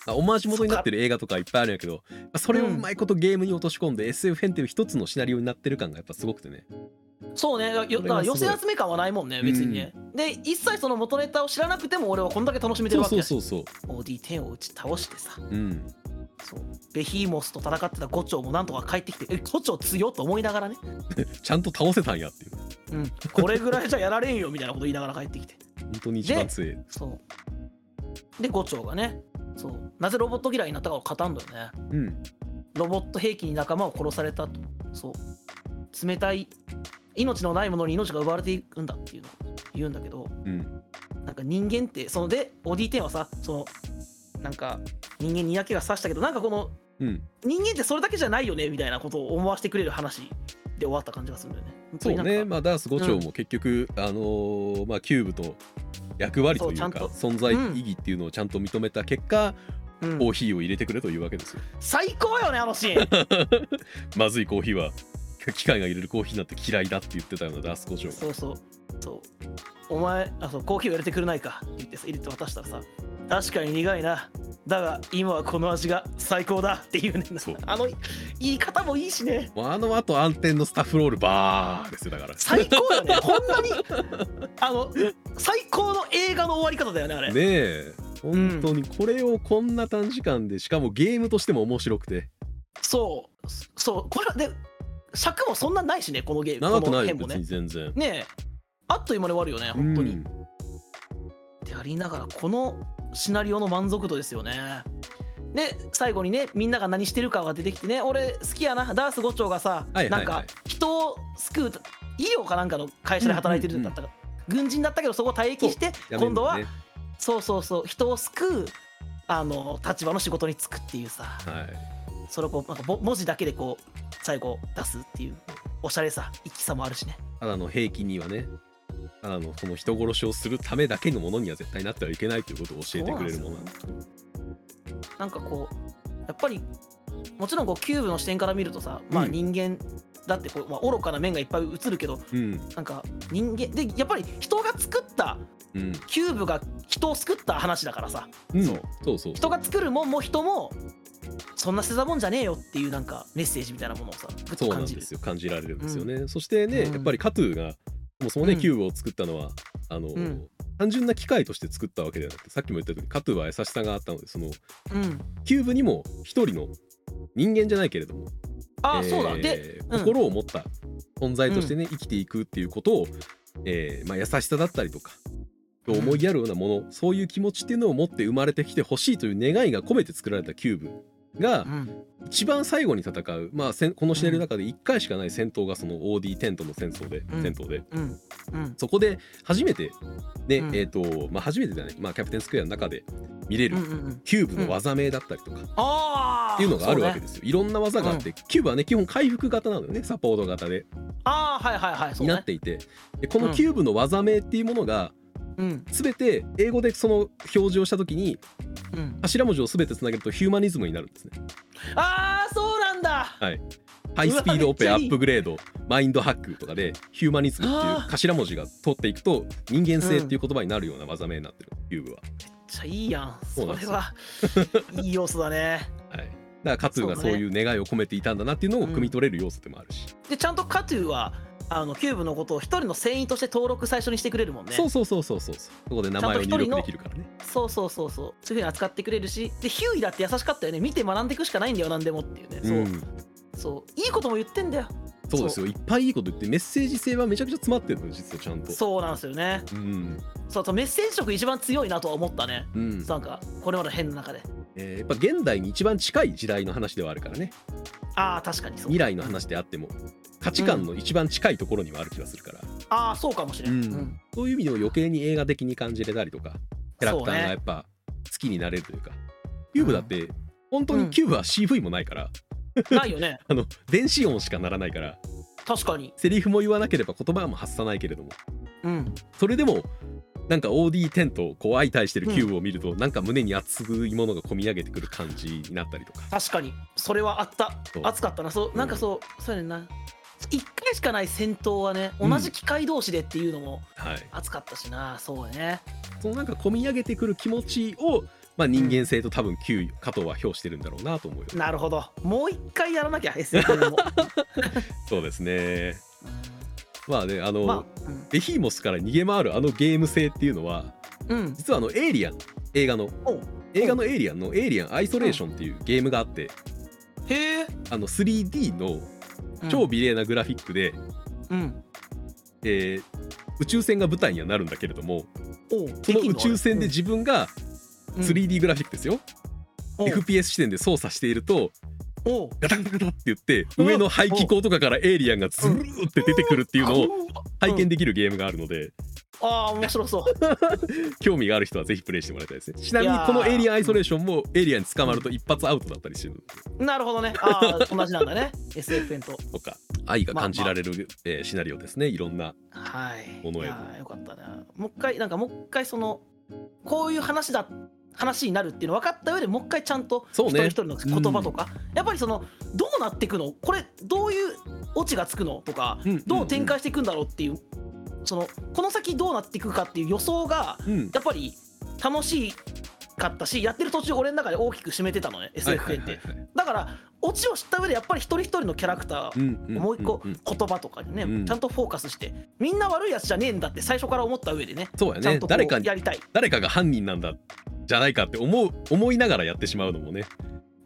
Speaker 2: あオマージュ元になってる映画とかいっぱいあるんやけどそれをうまいことゲームに落とし込んで、SFN っていう一つのシナリオになってる感がやっぱすごくてね
Speaker 1: そうねよ
Speaker 2: これ
Speaker 1: だか
Speaker 2: は
Speaker 1: ら
Speaker 2: す
Speaker 1: 寄
Speaker 2: ごい
Speaker 1: せ集め感はないもんね別にね、で一切その元ネタを知らなくても俺はこんだけ楽しめて
Speaker 2: そ
Speaker 1: る
Speaker 2: う
Speaker 1: わけ
Speaker 2: そ
Speaker 1: だ
Speaker 2: う
Speaker 1: し
Speaker 2: そうそう
Speaker 1: OD10 を打ち倒してさ
Speaker 2: うん
Speaker 1: そうベヒーモスと戦ってた五丁もなんとか帰ってきてえ五丁強っと思いながらね、
Speaker 2: ちゃんと倒せたんやっていう
Speaker 1: うん、これぐらいじゃやられんよみたいなこと言いながら帰ってきて
Speaker 2: 本当に一番強い
Speaker 1: そうで五丁がねそうなぜロボット嫌いになったかを語んだよね
Speaker 2: うん
Speaker 1: ロボット兵器に仲間を殺されたとそう冷たい命のないものに命が奪われていくんだっていうのを言うんだけど
Speaker 2: うん
Speaker 1: なんか人間ってそので OD10 はさそのなんか人間に嫌気がさしたけどなんかこの
Speaker 2: うん
Speaker 1: 人間ってそれだけじゃないよねみたいなことを思わせてくれる話で終わった感じがするんだよね。本当
Speaker 2: そう
Speaker 1: になんか
Speaker 2: ね、まあ、ダース5丁も結局、あのーまあ、キューブと役割という
Speaker 1: そ
Speaker 2: か
Speaker 1: うちゃんと
Speaker 2: 存在意義っていうのをちゃんと認めた結果、
Speaker 1: うん
Speaker 2: コーヒーを入れてくれというわけですよ。
Speaker 1: 最高よねあのシーン
Speaker 2: まずいコーヒーは 機械が入れるコーヒーなんて嫌いだって言ってたようなダース5丁が。
Speaker 1: そうそうそうお前あそうコーヒーを入れてくれないかって言ってさ入れて渡したらさ確かに苦いなだが今はこの味が最高だっていうね
Speaker 2: そう
Speaker 1: あの言い方もいいしね
Speaker 2: もうあの後暗転のスタッフロールバーですよだから。
Speaker 1: 最高よねほんまにあの最高の映画の終わり方だよねあれ
Speaker 2: ねえ本当にこれをこんな短時間でしかもゲームとしても面白くて
Speaker 1: そうそうこれはで尺もそんなないしねこのゲーム
Speaker 2: 長くな
Speaker 1: こ
Speaker 2: いよ
Speaker 1: の編も
Speaker 2: 別に
Speaker 1: ね
Speaker 2: 全然。
Speaker 1: ねえあっという間に終わるよね本当に、
Speaker 2: う
Speaker 1: っ
Speaker 2: ん
Speaker 1: てありながらこのシナリオの満足度ですよねで最後にねみんなが何してるかが出てきてね俺好きやなダース五丁がさ、
Speaker 2: はいはいは
Speaker 1: なん
Speaker 2: い
Speaker 1: か人を救う医療かなんかの会社で働いてるんだったから、軍人だったけどそこを退役して
Speaker 2: やめる
Speaker 1: 今
Speaker 2: ん
Speaker 1: 度
Speaker 2: だ
Speaker 1: は
Speaker 2: ね
Speaker 1: そうそうそう人を救うあの立場の仕事に就くっていうさ、
Speaker 2: はい
Speaker 1: それをこうなんかぼ文字だけでこう最後出すっていうおしゃれさ粋さもあるしね
Speaker 2: ただの兵器にはねただのこの人殺しをするためだけのものには絶対なってはいけないということを教えてくれるものなんだ
Speaker 1: そうなんですよなんかこうやっぱりもちろんこうキューブの視点から見るとさ、まあ
Speaker 2: うん
Speaker 1: 人間だってこう、まあ、愚かな面がいっぱい映るけど
Speaker 2: うん
Speaker 1: なんか人間でやっぱり人が作った
Speaker 2: うん
Speaker 1: キューブが人を救った話だからさ
Speaker 2: うんそうそうそう
Speaker 1: 人が作るもんも人もそんなせざもんじゃねえよっていうなんかメッセージみたいなものをさぐっ
Speaker 2: そ
Speaker 1: と
Speaker 2: うなん
Speaker 1: 感じ
Speaker 2: で
Speaker 1: る
Speaker 2: すよ感じられるんですよね、そしてね、
Speaker 1: うん
Speaker 2: やっぱりカトゥーがもうそのね、
Speaker 1: うん
Speaker 2: キューブを作ったのはあの、
Speaker 1: ん
Speaker 2: 単純な機械として作ったわけではなくてさっきも言ったようにカトゥーは優しさがあったのでその
Speaker 1: うん
Speaker 2: キューブにも一人の人間じゃないけれども
Speaker 1: ああ、
Speaker 2: えー
Speaker 1: そうだでうん
Speaker 2: 心を持った存在としてね、生きていくっていうことを、えーまあ、優しさだったりとか
Speaker 1: うん
Speaker 2: 思いやるようなもの、そういう気持ちっていうのを持って生まれてきてほしいという願いが込めて作られたキューブが
Speaker 1: うん
Speaker 2: 一番最後に戦う、まあ、せんこのシナリオの中で1回しかない戦闘がその OD テントの戦争で、
Speaker 1: うん
Speaker 2: 戦闘で
Speaker 1: うんうん
Speaker 2: そこで初めてね、
Speaker 1: うん
Speaker 2: えっ、とまあ初めてじゃない、まあ、キャプテンスクエアの中で見れ
Speaker 1: う
Speaker 2: る
Speaker 1: んうんうん
Speaker 2: キューブの技名だったりとか、
Speaker 1: ああ
Speaker 2: っていうのがあるわけ
Speaker 1: す。
Speaker 2: ですよ、いろんな技があって、キューブはね基本回復型なのよねサポート型で
Speaker 1: ああはいはいはいそう
Speaker 2: に
Speaker 1: ね
Speaker 2: なっていて、でこ
Speaker 1: う
Speaker 2: の
Speaker 1: ん
Speaker 2: キューブの技名っていうものが
Speaker 1: うん
Speaker 2: 全て英語でその表示をした時に
Speaker 1: うん
Speaker 2: 頭文字を全てつなげるとヒューマニズムになるんですね。
Speaker 1: ああそうなんだ
Speaker 2: はいハイスピードオペ
Speaker 1: うわ
Speaker 2: ア
Speaker 1: めっちゃいい
Speaker 2: ップグレードマインドハックとかでヒューマニズムって
Speaker 1: あ
Speaker 2: いう
Speaker 1: ー
Speaker 2: 頭文字が通っていくと人間性っていう言葉になるような技名になってる遊具は、
Speaker 1: ちゃいいやん。
Speaker 2: そ
Speaker 1: そ
Speaker 2: うな
Speaker 1: れ
Speaker 2: んですよ
Speaker 1: は いい要素だね。
Speaker 2: はい、だから勝がそういう願いを込めていたんだなっていうのを汲み取れる要素でもあるし、
Speaker 1: でちゃんとカトゥーはあのキューブのことを一人の船員として登録最初にしてくれるもんね。
Speaker 2: そうそうそうそうそうそうそこで名前を入力できるからね
Speaker 1: そうそうそうそうそういうふうに扱ってくれるしでヒューイだって優しかったよね見て学んでいくしかないんだよ何でもっていうねそう,、
Speaker 2: うん
Speaker 1: そういいことも言ってんだよ
Speaker 2: そうですよいっぱいいいこと言ってメッセージ性はめちゃくちゃ詰まってるのよ実はちゃんと
Speaker 1: そうなんですよね
Speaker 2: うん
Speaker 1: そうあとメッセージ色一番強いなとは思ったね
Speaker 2: うん
Speaker 1: なんかこれまでの変の中で
Speaker 2: えーやっぱ現代に一番近い時代の話ではあるからね
Speaker 1: ああ確かにそう
Speaker 2: 未来の話であっても価値観の一番近いところにはある気がするから、
Speaker 1: ああそうかもしれん、
Speaker 2: う
Speaker 1: うんん
Speaker 2: そういう意味でも余計に映画的に感じれたりとかキャラクターがやっぱ好きになれるというかキューブだって本当にキューブは CV もないから、
Speaker 1: ないよね
Speaker 2: あの電子音しかならないから
Speaker 1: 確かに
Speaker 2: セリフも言わなければ言葉も発さないけれども
Speaker 1: うん
Speaker 2: それでもなんか OD10 とこう相対してるキューブを見ると、なんか胸に熱いものが込み上げてくる感じになったりとか
Speaker 1: 確かにそれはあった
Speaker 2: そう
Speaker 1: 熱かったなそう、
Speaker 2: うん
Speaker 1: なんかそうそうやねんな1回しかない戦闘はね同じ機械同士でっていうのも
Speaker 2: はい
Speaker 1: 熱かったしなそうね
Speaker 2: そのなんか込み上げてくる気持ちを、まあ、人間性と多分 Q 加藤は表してるんだろうなと思うよ、
Speaker 1: なるほどもう一回やらなきゃ SFM も、
Speaker 2: そうですね
Speaker 1: う
Speaker 2: まあねあの、
Speaker 1: ん、ま
Speaker 2: ベヒーモスから逃げ回るあのゲーム性っていうのは
Speaker 1: あうん、うん、
Speaker 2: 実はあのエイリアン映画の
Speaker 1: おう
Speaker 2: 映画のエイリアンの「エイリアンアイソレーション」っていうゲームがあって
Speaker 1: へえ
Speaker 2: あの 3D の超美麗なグラフィックで、
Speaker 1: うん
Speaker 2: えー宇宙船が舞台にはなるんだけれども
Speaker 1: おう
Speaker 2: そ
Speaker 1: で
Speaker 2: の
Speaker 1: きん
Speaker 2: 宇宙船で自分が
Speaker 1: うん
Speaker 2: 3D グラフィックですよ、
Speaker 1: おう
Speaker 2: FPS 視点で操作していると
Speaker 1: おう
Speaker 2: ガタンガタンって言って
Speaker 1: うん
Speaker 2: 上の排気口とかからエイリアンがズルーって出てくるっていうのを体験できるゲームがあるので
Speaker 1: ああ面白そう
Speaker 2: 興味がある人はぜひプレイしてもらいたいですねちなみにこの「エイリアンアイソレーション」もエイリアンに捕まると一発アウトだったりしてる
Speaker 1: なるほどね。ああ、同じなんだね。SFN と。
Speaker 2: とか愛が感じられるえーシナリオですねいろんな
Speaker 1: はい。
Speaker 2: この絵
Speaker 1: いやーよかったな。もう一回、なんかもう一回、その、こういう話だ、話になるっていうの分かった上でもう一回ちゃんと、
Speaker 2: そう
Speaker 1: 一
Speaker 2: ね
Speaker 1: 人一人の言葉とか、やっぱりその、どうなっていくのこれ、どういうオチがつくのとか、
Speaker 2: うん
Speaker 1: どう展開していくんだろうっていう、その、この先どうなっていくかっていう予想が、
Speaker 2: うん
Speaker 1: やっぱり楽しかったし、やってる途中、俺の中で大きく占めてたのね、
Speaker 2: はいはい
Speaker 1: SFN っ
Speaker 2: はい
Speaker 1: て。
Speaker 2: はい
Speaker 1: だから、オチを知った上で、やっぱり一人一人のキャラクター、
Speaker 2: うんん
Speaker 1: もう一個
Speaker 2: んん
Speaker 1: 言葉とかにね、
Speaker 2: うん
Speaker 1: ちゃんとフォーカスしてみんな悪いやつじゃねえんだって最初から思った上でね
Speaker 2: そうや
Speaker 1: ちゃ
Speaker 2: ね
Speaker 1: んとこ
Speaker 2: 誰か
Speaker 1: う
Speaker 2: に
Speaker 1: やりたい、
Speaker 2: 誰かが犯人なんだじゃないかって思う思いながらやってしまうのもね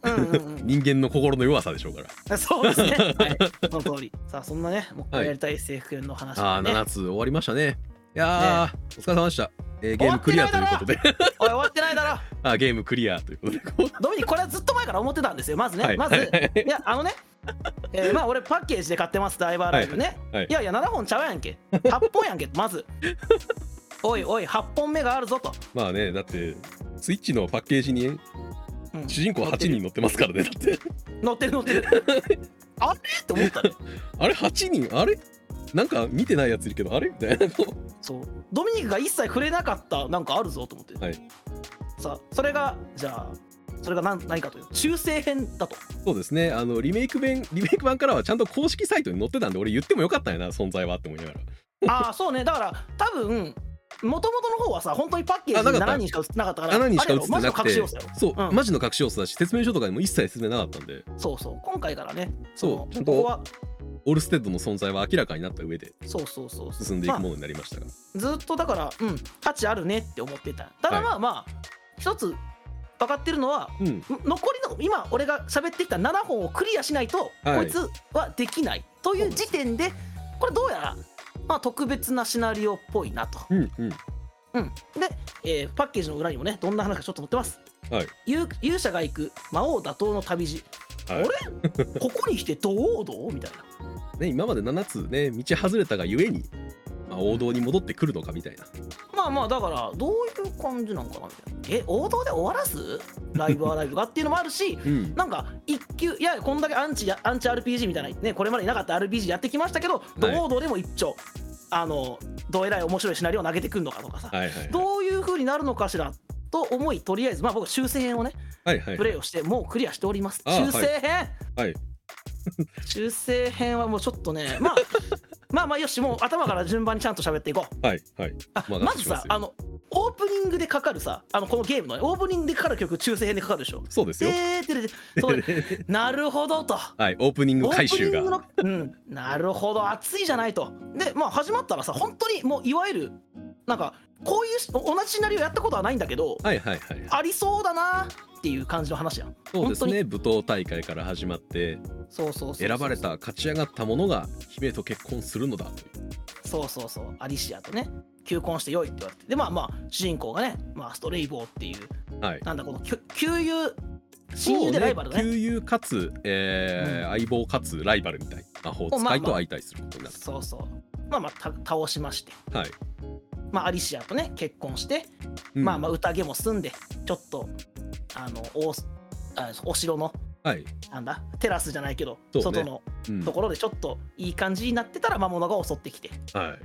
Speaker 1: うんうん
Speaker 2: 人間の心の弱さでしょうから
Speaker 1: うん、 そうですね はいその通りさあそんなねもう一回やりたい SF の話、ね
Speaker 2: ああ7つ終わりましたねいやー、お疲れ様でした、えーゲームクリアということで
Speaker 1: おい終わってないだろ
Speaker 2: あーゲームクリアということでこ
Speaker 1: ドミニクこれはずっと前から思ってたんですよまず
Speaker 2: う
Speaker 1: ね、
Speaker 2: はい
Speaker 1: まず、
Speaker 2: はいい、はい
Speaker 1: やあのねえーまあ俺パッケージで買ってますダイバーライブね、
Speaker 2: いはい
Speaker 1: いやいや7本ちゃうやんけ8本やんけま ずおいおい8本目があるぞと、
Speaker 2: まあねだってスイッチのパッケージに
Speaker 1: うん
Speaker 2: 主人公8人載ってますからねだって
Speaker 1: 乗ってる乗って るあれって思ったね
Speaker 2: あれ8人あれなんか見てないやついるけどあれみたいなこ
Speaker 1: そうドミニクが一切触れなかったなんかあるぞと思って、
Speaker 2: はい
Speaker 1: さあそれがじゃあそれが何何かというと中世編だと
Speaker 2: うそうですねあのリメイク版リメイク版からはちゃんと公式サイトに載ってたんで俺言ってもよかったんやな存在はって思いながら
Speaker 1: ああそうねだから多分もともとの方はさ本当にパッケー
Speaker 2: あ
Speaker 1: ジ
Speaker 2: なか
Speaker 1: に
Speaker 2: った
Speaker 1: 7人しか映ってなかったから
Speaker 2: 7人しか
Speaker 1: あ
Speaker 2: 映
Speaker 1: れ
Speaker 2: っ
Speaker 1: やろ
Speaker 2: てな
Speaker 1: マジ
Speaker 2: く
Speaker 1: の
Speaker 2: て
Speaker 1: 隠し要素や
Speaker 2: そう、
Speaker 1: うん
Speaker 2: マジの隠し要素だし説明書とかにも一切説明なかったんで
Speaker 1: ろそうそう今回からね
Speaker 2: そう
Speaker 1: の
Speaker 2: ちゃんと
Speaker 1: ここは
Speaker 2: オルステッドの存在は明らかになった上で
Speaker 1: そうそうそうそう
Speaker 2: 進んでいく
Speaker 1: ま
Speaker 2: ものになりましたが、
Speaker 1: あずっとだからうん価値あるねって思ってたただ
Speaker 2: はい
Speaker 1: まあまあ一つ分かってるのは
Speaker 2: うん
Speaker 1: ん残りの今俺が喋ってきた7本をクリアしないと、
Speaker 2: はい
Speaker 1: こいつはできないという時点でこれどうやら、まあ、特別なシナリオっぽいなと、
Speaker 2: うんう
Speaker 1: う
Speaker 2: ん
Speaker 1: ん、で、えーパッケージの裏にもねどんな話かちょっと載ってます、
Speaker 2: はい
Speaker 1: 勇勇者が行く魔王打倒の旅路
Speaker 2: はい
Speaker 1: あれここに来てどうどうみたいな
Speaker 2: ね、今まで7つね道外れたがゆえに、まあ、王道に戻ってくるのかみたいな
Speaker 1: まあまあだからどういう感じなのかなみたいなえ王道で終わらすライブアライブがっていうのもあるし
Speaker 2: うん
Speaker 1: なんか一級いやこんだけアンチやアンチ RPG みたいなねこれまでいなかった RPG やってきましたけど、どうどうでも一丁あのどえらい面白いシナリオを投げてくんのかとかさ、
Speaker 2: はいはい
Speaker 1: どういう風になるのかしらと思いとりあえずまあ僕終戦編をね
Speaker 2: はいはい
Speaker 1: プレイをしてもうクリアしております、
Speaker 2: ああ
Speaker 1: 終戦編、
Speaker 2: はい
Speaker 1: 中世編はもうちょっとね、まあ、 まあまあよし、もう頭から順番にちゃんと喋っていこう。
Speaker 2: はいはい
Speaker 1: あま
Speaker 2: まあなんか
Speaker 1: ず
Speaker 2: しま
Speaker 1: さ
Speaker 2: すよ
Speaker 1: あの、オープニングでかかるさ、あのこのゲームのね、オープニングでかかる曲、中世編でかかるでしょ。
Speaker 2: そうですよ、
Speaker 1: でーてれてそう なるほどと。
Speaker 2: はいオープニング
Speaker 1: オ
Speaker 2: 回
Speaker 1: ープニ
Speaker 2: 収
Speaker 1: ン
Speaker 2: が
Speaker 1: グの、うん、なるほど、熱いじゃないと。で、まあ、始まったらさ、本当にもういわゆる、なんか、こういうし同じシナリオやったことはないんだけど、
Speaker 2: はいはいはい
Speaker 1: ありそうだなっていう感じの話やん。
Speaker 2: そうです
Speaker 1: 本当
Speaker 2: ね舞踏大会から始まって
Speaker 1: そうそうそうそう
Speaker 2: 選ばれた勝ち上がった者が姫と結婚するのだという
Speaker 1: そうそうそうアリシアとね求婚してよいって言われてでまあまあ主人公がね、まあ、ストレイボーっていう
Speaker 2: はい
Speaker 1: なんだこのきょ旧友親友でライバルだね
Speaker 2: 旧友かつ、えー
Speaker 1: うん
Speaker 2: 相棒かつライバルみたいな魔法
Speaker 1: ま
Speaker 2: 使
Speaker 1: あ
Speaker 2: い
Speaker 1: まあ
Speaker 2: と相対することになる、
Speaker 1: そうそうまあまあた倒しまして、
Speaker 2: はい、
Speaker 1: まあ、アリシアとね結婚して、
Speaker 2: うん
Speaker 1: まあまあ宴も済んでちょっとあのおあお城の
Speaker 2: はい、
Speaker 1: なんだテラスじゃないけど、
Speaker 2: そうね
Speaker 1: 外の
Speaker 2: うん
Speaker 1: ところでちょっといい感じになってたら魔物が襲ってきて
Speaker 2: はい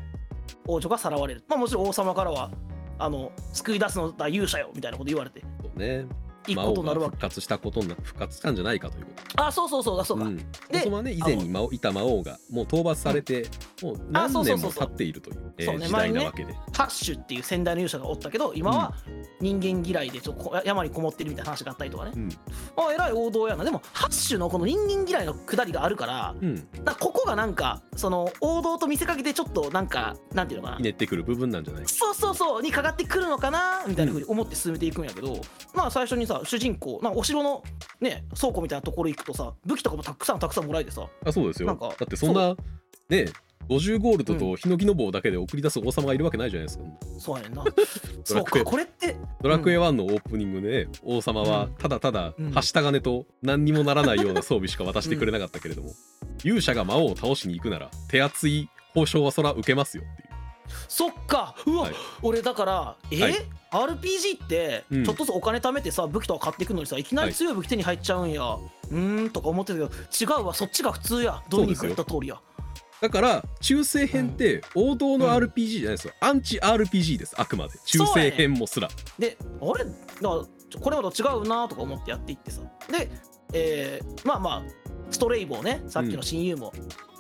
Speaker 1: 王女がさらわれるまあもちろん王様からはあの救い出すのだ勇者よみたいなこと言われて
Speaker 2: そうね
Speaker 1: いい
Speaker 2: 魔
Speaker 1: こ
Speaker 2: 王
Speaker 1: とにな
Speaker 2: が
Speaker 1: るわけ
Speaker 2: 復活したことにな復活したんじゃないかということ
Speaker 1: あそうそうそうだそうか、
Speaker 2: うん、
Speaker 1: で
Speaker 2: そもね以前に魔王いた魔王がもう討伐されて、もう
Speaker 1: あ
Speaker 2: 何
Speaker 1: そうそ
Speaker 2: 年
Speaker 1: うそ
Speaker 2: も
Speaker 1: うそ
Speaker 2: 経
Speaker 1: う
Speaker 2: っているというえー
Speaker 1: そうね
Speaker 2: 時代なわけで、
Speaker 1: ハッシュっていう先代の勇者がおったけど今は人間嫌いでちょっとこ山にこもってるみたいな話があったりとかね、
Speaker 2: うん
Speaker 1: あえらい王道やなでもハッシュのこの人間嫌いのくだりがあるから
Speaker 2: うん、
Speaker 1: だここがなんかその王道と見せかけてちょっとなんかなんていうのか
Speaker 2: ひ
Speaker 1: な
Speaker 2: ねってくる部分なんじゃないか
Speaker 1: そうそうそうにかかってくるのかなみたいなふうに思って進めていくんやけど、まあ最初にさ主人公なんかお城のね倉庫みたいなところ行くとさ武器とかもたくさんたくさんもらえてさ
Speaker 2: あそうですよ
Speaker 1: なんか
Speaker 2: だってそんなね50ゴールドとヒノキの棒だけで送り出す王様がいるわけないじゃないですか、
Speaker 1: そうやねんな
Speaker 2: ドラ
Speaker 1: そう
Speaker 2: クエ
Speaker 1: かこれって
Speaker 2: ドラクエ1のオープニングで、王様はただただはした金と何にもならないよ うな装備しか渡してくれなかったけれども、勇者が魔王を倒しに行くなら手厚い報奨はそら受けますよっていう
Speaker 1: そっかうわ、
Speaker 2: はい
Speaker 1: 俺だからえ、
Speaker 2: はい
Speaker 1: RPG って
Speaker 2: うん
Speaker 1: ちょっとずつお金貯めてさ、武器とか買っていくのにさいきなり強い武器手に入っちゃうんや、うーんとか思ってたけど違うわそっちが普通やドミニクが言った通りや
Speaker 2: だから中世編って王道の
Speaker 1: うん
Speaker 2: RPG じゃないですよ、アンチ RPG ですあくまで中
Speaker 1: そうや
Speaker 2: 世
Speaker 1: ね
Speaker 2: 編もすら
Speaker 1: であれだからちょこれまた違うなとか思ってやっていってさで、えーまあまあストレイボーねさっきの親友も、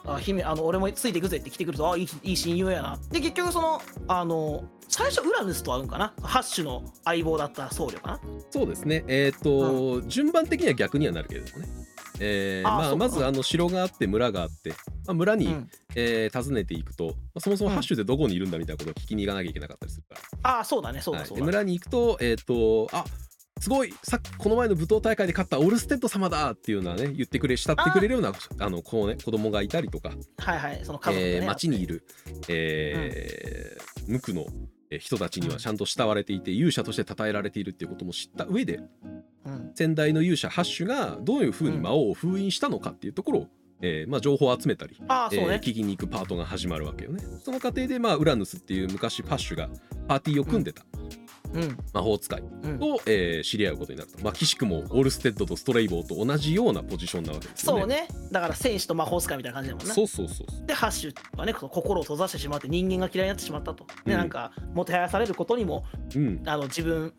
Speaker 1: あ姫あの俺もついていくぜって来てくるとあいいいい親友やなで結局そのあの最初ウラヌスと会うんかなハッシュの相棒だった僧侶かな
Speaker 2: そうですねえっ、と、順番的には逆にはなるけれどもねえー
Speaker 1: あ
Speaker 2: ま
Speaker 1: そ
Speaker 2: あ、
Speaker 1: う
Speaker 2: まずあの城があって村があって、まあ、村に、
Speaker 1: うん
Speaker 2: えー訪ねていくと、まあそもそも
Speaker 1: うん
Speaker 2: ハッシュでどこにいるんだみたいなことを聞きに行かなきゃいけなかったりするから、
Speaker 1: ああそうだねそうだ
Speaker 2: はい
Speaker 1: そう
Speaker 2: で
Speaker 1: だ、
Speaker 2: 村に行くとえっ、とあすごいさっきこの前の舞踏大会で勝ったオルステッド様だっていうのはね言ってくれ慕ってくれるようなあの子,、ね、子供がいたりとか、
Speaker 1: はいはい、その家族で、ね
Speaker 2: えー町にいる、えー無垢のえー人たちにはちゃんと慕われていて勇者として称えられているっていうことも知った上で
Speaker 1: うん
Speaker 2: 先代の勇者ハッシュがどういうふうに魔王を封印したのかっていうところを、えーまあ、情報を集めたり、
Speaker 1: ああ、
Speaker 2: え
Speaker 1: そう
Speaker 2: ー
Speaker 1: ね。
Speaker 2: 聞きに行くパートが始まるわけよね。その過程で、まあ、ウラヌスっていう昔ハッシュがパーティーを組んでた
Speaker 1: うん、
Speaker 2: 魔法使い
Speaker 1: うん。
Speaker 2: と、えー知り合うことになると、まあ、岸くもオールステッドとストレイボーと同じようなポジションなわけですよね。
Speaker 1: そうね。だから戦士と魔法使いみたいな感じだもんね。
Speaker 2: そうそうそうそう
Speaker 1: で、ハッシュはね、その心を閉ざしてしまって人間が嫌いになってしまったと。で、
Speaker 2: うん
Speaker 1: なんか、もてはやされることにも、
Speaker 2: うん
Speaker 1: あの自分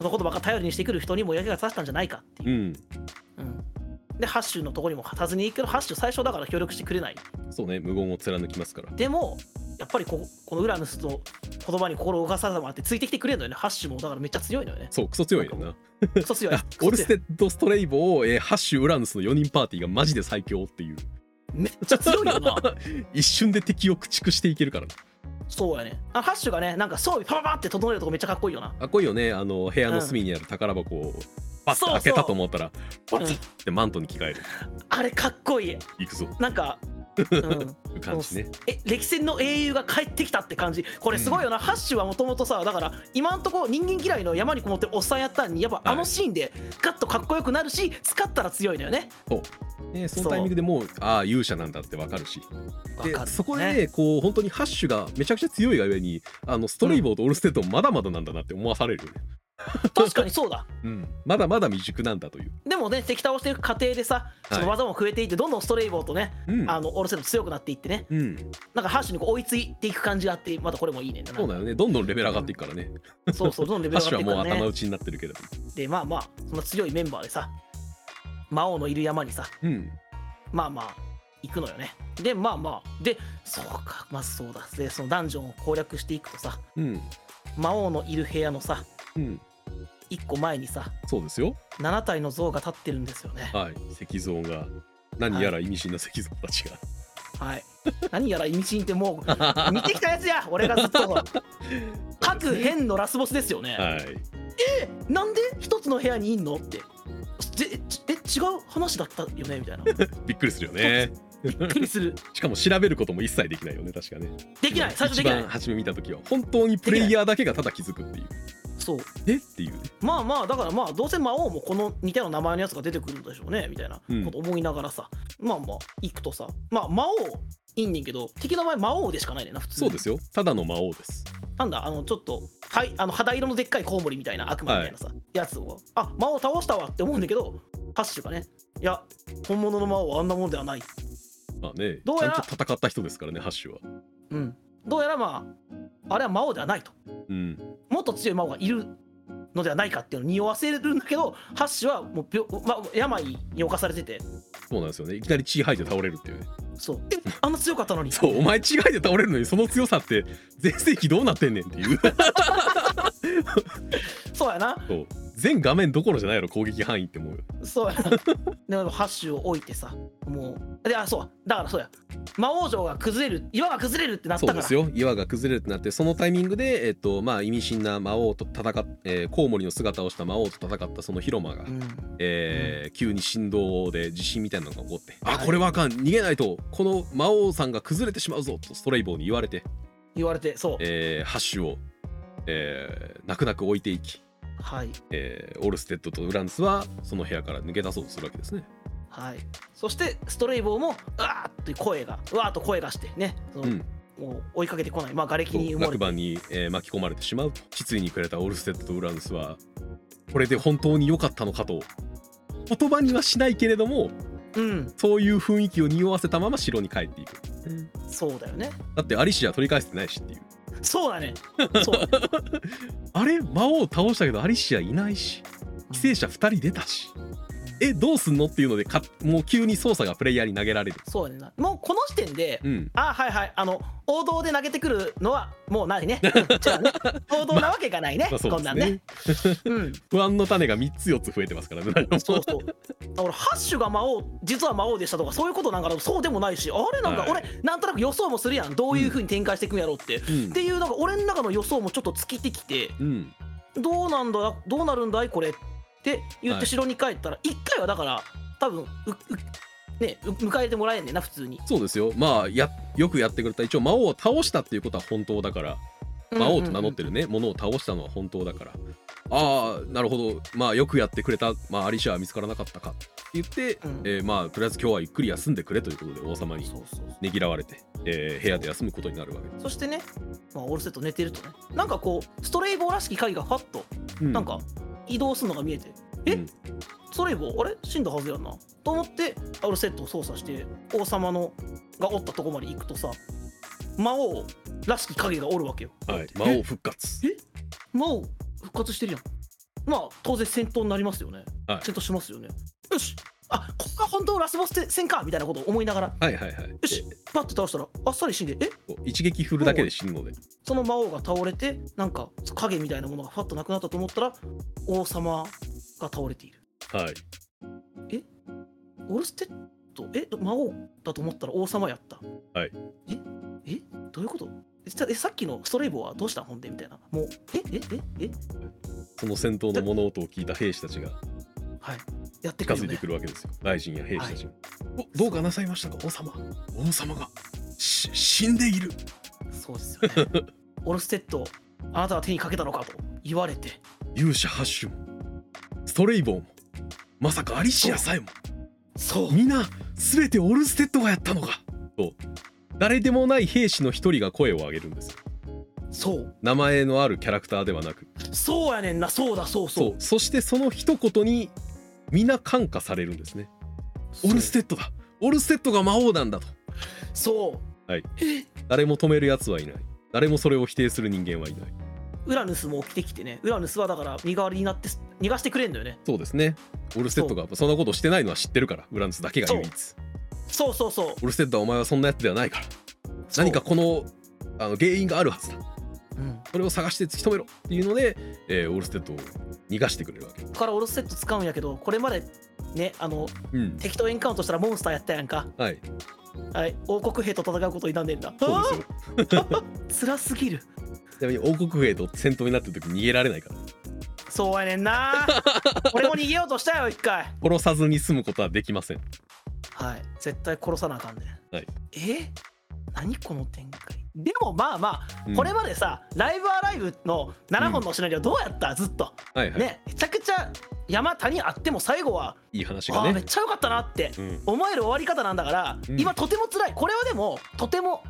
Speaker 1: のことばっか頼りにしてくる人にも嫌気がさしたんじゃないかっていうう。う
Speaker 2: ん
Speaker 1: んで、ハッシュのとこにも勝たずにいくけど、ハッシュ最初だから協力してくれない。
Speaker 2: そうね無言を貫きますから。
Speaker 1: でも、やっぱりここのウラヌスの言葉に心を動かさずもらってついてきてくれるのよね。ハッシュもだからめっちゃ強いのよね
Speaker 2: 。そうクソ強い よな。
Speaker 1: そう強い
Speaker 2: あ。 オルステッド・ストレイボー、えーハッシュ・ウラヌスの4人パーティーがマジで最強っていう
Speaker 1: めっちゃ強いよな。
Speaker 2: 一瞬で敵を駆逐していけるからね
Speaker 1: そうやね。あハッシュがね、なんか装備パパパって整えるとこめっちゃかっこいいよな。
Speaker 2: かっこいいよねあの部屋の隅にある宝箱をパッと開けたと思ったら
Speaker 1: そう
Speaker 2: パチッてマントに着替える
Speaker 1: あれかっこいい。
Speaker 2: 行くぞ
Speaker 1: なんか、うん、
Speaker 2: っていう感じね
Speaker 1: え歴戦の英雄が帰ってきたって感じ。これすごいよな。ハッシュはもともとさ、だから今んとこ人間嫌いの山にこもってるおっさんやったのに、やっぱ
Speaker 2: い
Speaker 1: あのシーンでガッとかっこよくなるし、使ったら強いのよね。
Speaker 2: ねそのタイミングでもうああ勇者なんだってわかるし
Speaker 1: わ
Speaker 2: で
Speaker 1: かる、
Speaker 2: そこでねこう本当にハッシュがめちゃくちゃ強いがゆえにあのストレイボーとオルステッドもまだまだなんだなって思わされるよね、
Speaker 1: 確かにそうだ。
Speaker 2: うん、まだまだ未熟なんだという、
Speaker 1: でもね、敵倒していく過程でさ、
Speaker 2: い
Speaker 1: その技も増えていって、どんどんストレイボーとね、
Speaker 2: うん
Speaker 1: あのオルセド強くなっていってね、
Speaker 2: うん、
Speaker 1: なんかハッシュにこう追いついていく感じがあって、またこれもいいね。
Speaker 2: そうだよねどんどんレベル上がっていくからね、
Speaker 1: そうそう、どんどんレベ
Speaker 2: ハッ
Speaker 1: ル上
Speaker 2: シュ
Speaker 1: がっていくか
Speaker 2: はも
Speaker 1: ら
Speaker 2: う
Speaker 1: ね。
Speaker 2: 頭打ちになってるけれども
Speaker 1: でまあまあその強いメンバーでさ魔王のいる山にさ
Speaker 2: うん
Speaker 1: まあまあ行くのよねでまあまあでそうかまずそうだでそのダンジョンを攻略していくとさ
Speaker 2: うん
Speaker 1: 魔王のいる部屋のさ
Speaker 2: うん
Speaker 1: 1個前にさ
Speaker 2: そうですよ
Speaker 1: 7体の像が立ってるんですよね
Speaker 2: はい石像が何やら意味深な石像たちが、
Speaker 1: はい何やら意味深ってもう見てきたやつや俺がずっと各編のラスボスですよね、
Speaker 2: はい
Speaker 1: なんで一つの部屋にいんのってでえ違う話だったよねみたいな
Speaker 2: びっくりするよね
Speaker 1: びっくりする
Speaker 2: しかも調べることも一切できないよね確かね
Speaker 1: できない最初できな
Speaker 2: 一
Speaker 1: い
Speaker 2: 番初め見た時は本当にプレイヤーだけがただ気づくっていう
Speaker 1: そう
Speaker 2: えっていうね
Speaker 1: まあまあだからまあどうせ魔王もこの似たような名前のやつが出てくるんでしょうねみたいな
Speaker 2: うん
Speaker 1: こと思いながらさ、まあまあ行くとさまあ魔王いいんねんけど敵の名前魔王でしかないねんな普通
Speaker 2: そうですよただの魔王です
Speaker 1: なんだあのちょっとはいあの肌色のでっかいコウモリみたいな悪魔みたいなさ、やつをあ魔王倒したわって思うんだけどハッシュがねいや本物の魔王はあんなもんではない
Speaker 2: まあね
Speaker 1: どう
Speaker 2: ちゃ
Speaker 1: や
Speaker 2: ん
Speaker 1: ら
Speaker 2: と戦った人ですからねハッシュは
Speaker 1: うんどうやらまああれは魔王ではないと
Speaker 2: うん
Speaker 1: もっと強い魔王がいるのではないかっていうのを匂わせるんだけどハッシュはもう病、ま、病に侵されてて
Speaker 2: そうなんですよねいきなり血吐いて倒れるっていうね
Speaker 1: そうえあんな強かったのに
Speaker 2: そうお前血吐いて倒れるのにその強さって全盛期どうなってんねんっていう
Speaker 1: そうやな
Speaker 2: そう全画面どころじゃないやろ攻撃範囲って思うよ
Speaker 1: そう やなでハッシュを置いてさもうであそうだからそうや魔王城が崩れる岩が崩れるってなった
Speaker 2: そ
Speaker 1: か
Speaker 2: うで
Speaker 1: ら
Speaker 2: すよ岩が崩れるってなってそのタイミングで、えっとまあ、意味深な魔王と戦っ、えーコウモリの姿をした魔王と戦ったその広間が、
Speaker 1: うん、
Speaker 2: えー急に振動で地震みたいなのが起こって、
Speaker 1: はい
Speaker 2: あこれはあかん逃げないとこの魔王さんが崩れてしまうぞとストレイボーに言われて、
Speaker 1: 言われてそう、
Speaker 2: えーハッシュを、えー泣く泣く置いていき、
Speaker 1: はい
Speaker 2: えーオルステッドとウランスはその部屋から抜け出そうとするわけですね。
Speaker 1: はいそしてストレイボーも「うわ!」って声が「うわ!」と声がしてねその、
Speaker 2: うん、
Speaker 1: もう追いかけてこないまあ瓦礫に埋も
Speaker 2: 落
Speaker 1: れて
Speaker 2: 盤に、えー巻き込まれてしまうと失意にくれたオルステッドとウランスはこれで本当に良かったのかと言葉にはしないけれども
Speaker 1: うん
Speaker 2: そういう雰囲気を匂わせたまま城に帰っていく
Speaker 1: そうだよね
Speaker 2: だってアリシア取り返してないしっていう
Speaker 1: そう だねそう
Speaker 2: あれ魔王倒したけどアリシアいないし犠牲者2人出たしえどうすんのっていうのでかもう急に操作がプレイヤーに投げられる
Speaker 1: そうやねんなもうこの時点で、
Speaker 2: うん
Speaker 1: あはいはいあの王道で投げてくるのはもうない ね違うね王道なわけがないね、
Speaker 2: まあそう
Speaker 1: こ
Speaker 2: で
Speaker 1: ん
Speaker 2: す
Speaker 1: なん
Speaker 2: ね
Speaker 1: ねうん
Speaker 2: 不安の種が3つ4つ増えてますからねなんかもう
Speaker 1: そうそう俺ハッシュが魔王実は魔王でしたとかそういうことなんかなそうでもないしあれなんか
Speaker 2: はい
Speaker 1: 俺なんとなく予想もするやんどういうふうに展開していくんやろうって、
Speaker 2: うん
Speaker 1: っていうなんか俺の中の予想もちょっと尽きてきて
Speaker 2: うん
Speaker 1: どうなんだどうなるんだいこれって言っ
Speaker 2: はい
Speaker 1: て城に帰ったら一回はだから多分ううねう迎えてもらえんねんな普通に
Speaker 2: そうですよまあやよくやってくれた一応魔王を倒したっていうことは本当だから魔王と名乗って
Speaker 1: る
Speaker 2: るね、ものを倒したのは本当だからああなるほどまあよくやってくれた、まあ、アリシアは見つからなかったかって言って、
Speaker 1: うん
Speaker 2: えーまあとりあえず今日はゆっくり休んでくれということで王様に
Speaker 1: そうそうそう
Speaker 2: ねぎらわれて、えー部屋で休むことになるわけで
Speaker 1: そしてね、まあ、オルセット寝てるとねなんかこうストレイボーらしき影がファッと
Speaker 2: す、う
Speaker 1: なんか移動するのが見えて、え
Speaker 2: うん
Speaker 1: ストレイボーあれ死んだはずやんなと思ってオルセットを操作して王様のがおったとこまで行くとさ魔王らしき影がおるわけよ
Speaker 2: はい、魔王復活
Speaker 1: 魔王復活してるやんまあ当然戦闘になりますよね、
Speaker 2: はい
Speaker 1: 戦闘しますよねよしあここが本当のラスボス戦かみたいなことを思いながらよ
Speaker 2: はいはいはい
Speaker 1: しパッと倒したらあっさり死んでえ
Speaker 2: えー一撃振るだけで死ぬので
Speaker 1: その魔王が倒れてなんか影みたいなものがファッとなくなったと思ったら王様が倒れている
Speaker 2: はい
Speaker 1: オルステッドえ魔王だと思ったら王様やった
Speaker 2: はい
Speaker 1: ええどういうことえさえさっきのストレイボーはどうしたほんでみたいなもうええええ
Speaker 2: その戦闘の物音を聞いた兵士たちが
Speaker 1: はいやって
Speaker 2: 近
Speaker 1: くるよ
Speaker 2: づいて
Speaker 1: ね
Speaker 2: くるわけですよ大臣や兵士たちが、おどうかなさいましたか王様王様がし死んでいる
Speaker 1: そうですよ ねオルステッドあなたは手にかけたのかと言われて
Speaker 2: 勇者ハッシュもストレイボーもまさかアリシアさえも
Speaker 1: そう
Speaker 2: 皆全てオルステッドがやったのかと誰でもない兵士の一人が声を上げるんですよ
Speaker 1: そう
Speaker 2: 名前のあるキャラクターではなく
Speaker 1: そうやねんなそうだそうそ
Speaker 2: そう
Speaker 1: う
Speaker 2: そしてその一言に皆感化されるんですねオルステッドだオルステッドが魔王なんだと
Speaker 1: そう
Speaker 2: はい
Speaker 1: え
Speaker 2: 誰も止めるやつはいない誰もそれを否定する人間はいない
Speaker 1: ウラヌスも起きてきてねウラヌスはだから身代わりになって逃がしてくれんだよね
Speaker 2: そうですねオルステッドがそんなことしてないのは知ってるからウランスだけが唯一
Speaker 1: そうそうそう
Speaker 2: オルステッドはお前はそんなやつではないから
Speaker 1: そう
Speaker 2: 何かこのあの原因があるはずだ
Speaker 1: うん
Speaker 2: それを探して突き止めろっていうので、えーオルステッドを逃がしてくれるわけ
Speaker 1: ここからオロスセット使うんやけどこれまでねあの
Speaker 2: うん
Speaker 1: 敵とエンカウントしたらモンスターやったやんか
Speaker 2: はい
Speaker 1: はい王国兵と戦うことになんねんだ
Speaker 2: そうですよ
Speaker 1: す 辛すぎる
Speaker 2: ちなみに王国兵と戦闘になってる時逃げられないから
Speaker 1: そうやねん な俺も逃げようとしたよ一回
Speaker 2: 殺さずに済むことはできません
Speaker 1: はい絶対殺さなあかんねん、
Speaker 2: はい
Speaker 1: え何この展開でもまあま
Speaker 2: うん
Speaker 1: あこれまでさ、ライブアライブの7本のシナリオどうやった、ずっと
Speaker 2: はいはい、
Speaker 1: ねめちゃくちゃ山谷あっても最後は、
Speaker 2: いい話
Speaker 1: あ
Speaker 2: が
Speaker 1: ーめっ
Speaker 2: ね
Speaker 1: ちゃ良かったなって
Speaker 2: うん
Speaker 1: 思える終わり方なんだから、
Speaker 2: うん
Speaker 1: 今とても辛いこれはでもとても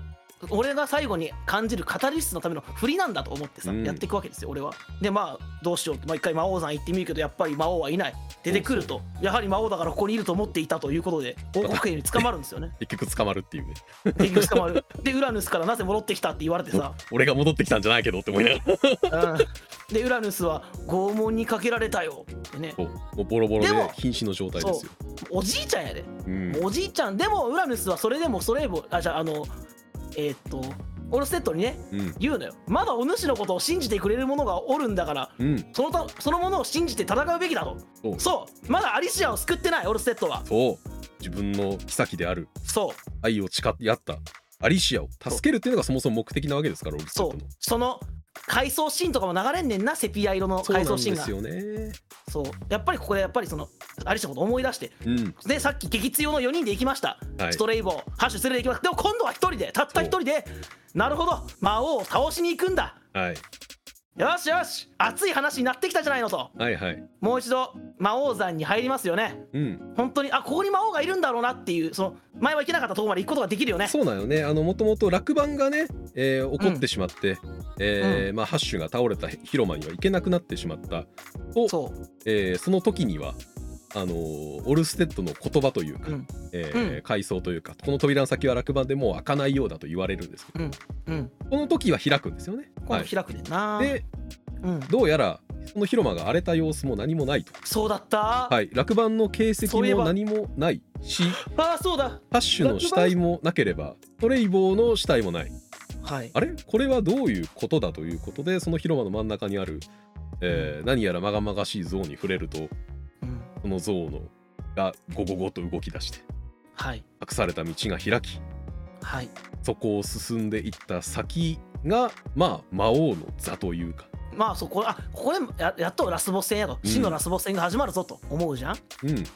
Speaker 1: 俺が最後に感じるカタリストのための振りなんだと思ってさ、
Speaker 2: うん
Speaker 1: やっていくわけですよ俺はでまあどうしようってまあ、一回魔王山行ってみるけどやっぱり魔王はいない出てくるとやはり魔王だからここにいると思っていたということで王国兵に捕まるんですよね
Speaker 2: 結局捕まるっていうね
Speaker 1: 結局捕ま るでウラヌスからなぜ戻ってきたって言われてさ、
Speaker 2: 俺が戻ってきたんじゃないけどって思いながら
Speaker 1: うん、でウラヌスは拷問にかけられたよってね
Speaker 2: そうもうボロボロで
Speaker 1: でも
Speaker 2: 瀕死の状態ですよ
Speaker 1: おじいちゃんやで
Speaker 2: うん
Speaker 1: おじいちゃんでもウラヌスはそれでもそれもあじゃああのえーっとオルステッドにね
Speaker 2: うん
Speaker 1: 言うのよまだお主のことを信じてくれる者がおるんだから
Speaker 2: うん
Speaker 1: そのたその者を信じて戦うべきだと
Speaker 2: そう
Speaker 1: そうまだアリシアを救ってないオルステッドは
Speaker 2: そう自分の妃である
Speaker 1: そう
Speaker 2: 愛を誓ってやったアリシアを助けるっていうのがそもそも目的なわけですからオルステッ
Speaker 1: そ
Speaker 2: ド
Speaker 1: う
Speaker 2: の
Speaker 1: その回想シーンとかも流れんねんなセピア色の
Speaker 2: そうな
Speaker 1: 回
Speaker 2: ん
Speaker 1: 想シー
Speaker 2: で
Speaker 1: ンが
Speaker 2: すよね
Speaker 1: そうやっぱりここでやっぱりそのアリシアのことを思い出して
Speaker 2: うん
Speaker 1: でさっき激強の4人で行きました、
Speaker 2: はい
Speaker 1: ストレイボーハッシュ連れて行きましたでも今度は1人でたった1人でなるほど魔王を倒しに行くんだ
Speaker 2: はい
Speaker 1: よしよし熱い話になってきたじゃないのと
Speaker 2: はいはい
Speaker 1: もう一度魔王山に入りますよね
Speaker 2: うん
Speaker 1: 本当にあここに魔王がいるんだろうなっていうその前は行けなかったところまで行くことができるよね
Speaker 2: そうなのねあのもともと落盤がね、えー起こってしまって、えーまあ、ハッシュが倒れた広間には行けなくなってしまったと
Speaker 1: そう
Speaker 2: えーその時にはあのーオルステッドの言葉というか、
Speaker 1: うん
Speaker 2: えー
Speaker 1: うん
Speaker 2: 階層というかこの扉の先は落盤でもう開かないようだと言われるんですけ
Speaker 1: うん
Speaker 2: どこの時は開くんですよね。
Speaker 1: 今
Speaker 2: は
Speaker 1: 度
Speaker 2: い、
Speaker 1: 開くねんな、
Speaker 2: で
Speaker 1: うん、
Speaker 2: どうやらその広間が荒れた様子も何もないと、
Speaker 1: そうだった、
Speaker 2: はい、落盤の形跡
Speaker 1: そういえ
Speaker 2: も
Speaker 1: ば
Speaker 2: 何もないし
Speaker 1: ああそうだ
Speaker 2: ハッシュの死体もなければトレイボーの死体もない
Speaker 1: はい
Speaker 2: あれこれはどういうことだということでその広間の真ん中にある、えー何やらまがまがしい像に触れると
Speaker 1: うん
Speaker 2: その像のがゴゴゴと動き出して
Speaker 1: はい
Speaker 2: 隠された道が開き
Speaker 1: はい
Speaker 2: そこを進んでいった先がまあ魔王の座というか、
Speaker 1: まあそこあここでややっとラスボス戦やと真のラスボス戦が始まるぞと思うじゃん
Speaker 2: うん、そ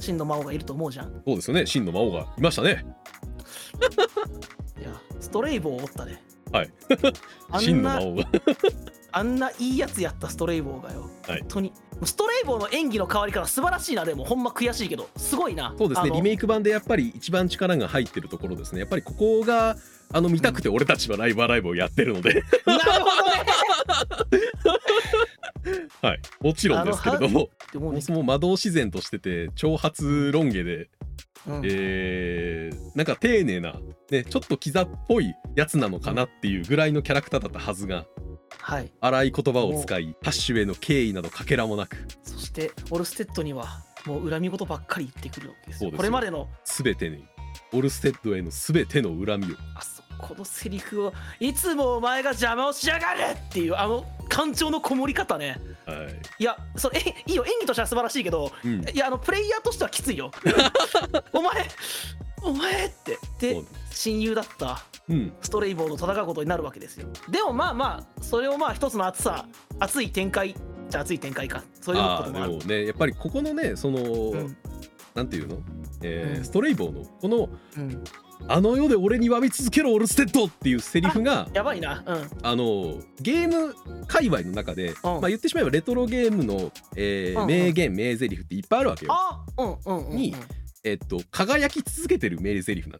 Speaker 1: 真の魔王がいると思うじゃん
Speaker 2: うですよね真の魔王がいましたね
Speaker 1: いやストレイボーおったね
Speaker 2: はい
Speaker 1: あ
Speaker 2: 真
Speaker 1: ん
Speaker 2: の魔
Speaker 1: な
Speaker 2: 王 が
Speaker 1: あんないいやつやったストレイボーがよ、
Speaker 2: はい
Speaker 1: 本当にストレイボーの演技の代わりから素晴らしいなでもほんま悔しいけどすごいな
Speaker 2: そうですね
Speaker 1: あの
Speaker 2: リメイク版でやっぱり一番力が入ってるところですねやっぱりここがあの見たくて俺たちはライブアライブをやってるので
Speaker 1: なるほどね
Speaker 2: はいもちろんですけれども
Speaker 1: って思う
Speaker 2: そ
Speaker 1: ね
Speaker 2: もそも魔導自然としてて挑発ロン毛で
Speaker 1: うん
Speaker 2: えーなんか丁寧な、ね、ちょっとキザっぽいやつなのかなっていうぐらいのキャラクターだったはずが
Speaker 1: はい
Speaker 2: 荒い言葉を使いハッシュへの敬意などかけらもなく
Speaker 1: そしてオルステッドにはもう恨み事ばっかり言ってくるわけです
Speaker 2: そう
Speaker 1: よ
Speaker 2: ですよ
Speaker 1: これまでの
Speaker 2: 全てにオルステッドへの全ての恨みを
Speaker 1: あそこのセリフをいつもお前が邪魔をしやがるっていうあの感情のこもり方ね
Speaker 2: はい
Speaker 1: やそれえいいよ演技としては素晴らしいけど
Speaker 2: い、うん、
Speaker 1: いやあのプレイヤーとしてはきつ いよお前お前って
Speaker 2: そ
Speaker 1: で
Speaker 2: うなん
Speaker 1: 親友だった
Speaker 2: うん
Speaker 1: ストレイボーと戦うことになるわけですよでもまあまあそれをまあ一つの熱さ熱い展開じゃあ熱い展開かそういうこ
Speaker 2: あ
Speaker 1: と
Speaker 2: ー
Speaker 1: もある
Speaker 2: でもねやっぱりここのねその、
Speaker 1: うん
Speaker 2: なんていうの、えー
Speaker 1: うん
Speaker 2: ストレイボーのこの
Speaker 1: うん
Speaker 2: 「あの世で俺に詫び続けろオルステッド!」っていうセリフが
Speaker 1: やばいなうん
Speaker 2: あのゲーム界隈の中で、まあ、言ってしまえばレトロゲームの、えー
Speaker 1: うんうん
Speaker 2: 名言名台詞っていっぱいあるわけよ。
Speaker 1: あうんうんうん、うん、
Speaker 2: にえっと、輝き続けてる名台詞なんで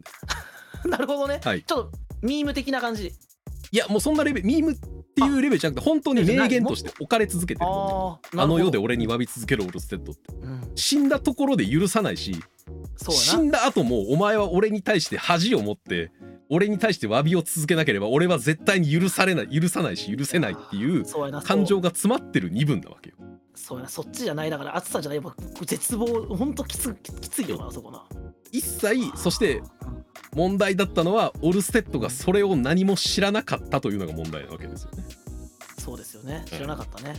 Speaker 2: す。
Speaker 1: なるほどね、
Speaker 2: はい
Speaker 1: ちょっとミーム的な感じ
Speaker 2: いやもうそんなレベルミームっていうレベルじゃなくて本当に名言として置かれ続けてるも
Speaker 1: あ
Speaker 2: ん
Speaker 1: ー
Speaker 2: ね。あの世で、
Speaker 1: なる
Speaker 2: 俺に詫び続けるオルステッドって
Speaker 1: ほどうん、
Speaker 2: 死んだところで許さないし
Speaker 1: そう
Speaker 2: 死
Speaker 1: やなん
Speaker 2: だ後もお前は俺に対して恥を持って俺に対して詫びを続けなければ俺は絶対に許されない許さないし許せないっていう
Speaker 1: そうやなそう
Speaker 2: 感情が詰まってる2分なわけよ。
Speaker 1: そうやなそっちじゃないだから暑さじゃないやっぱ絶望ほんときつきついよなそこない
Speaker 2: 一切そして問題だったのはオルステッドがそれを何も知らなかったというのが問題なわけですよね
Speaker 1: そうですよね知らなかったね、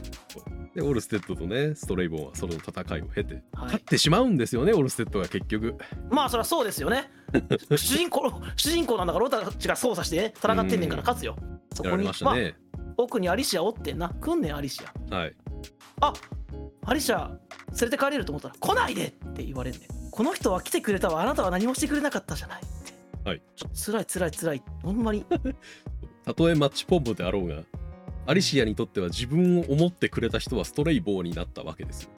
Speaker 2: でオルステッドとねストレイボンはその戦いを経て
Speaker 1: は
Speaker 2: 勝
Speaker 1: い
Speaker 2: っ、てしまうんですよねオルステッドが結局
Speaker 1: まあそりゃそうですよ ね主人公主人公なんだから俺たちが操作してね戦ってんねんから勝つよそこ
Speaker 2: やられ
Speaker 1: に、
Speaker 2: ましたね、
Speaker 1: まあ奥にアリシアおってんな来んねんアリシア
Speaker 2: はい
Speaker 1: あアリシャ連れて帰れると思ったら「来ないで!」って言われんねんこの人は来てくれたわあなたは何もしてくれなかったじゃないって、
Speaker 2: はい、
Speaker 1: つらいつらいつらいほんまに
Speaker 2: たとえマッチポンプであろうがアリシアにとっては自分を思ってくれた人はストレイボーになったわけですよ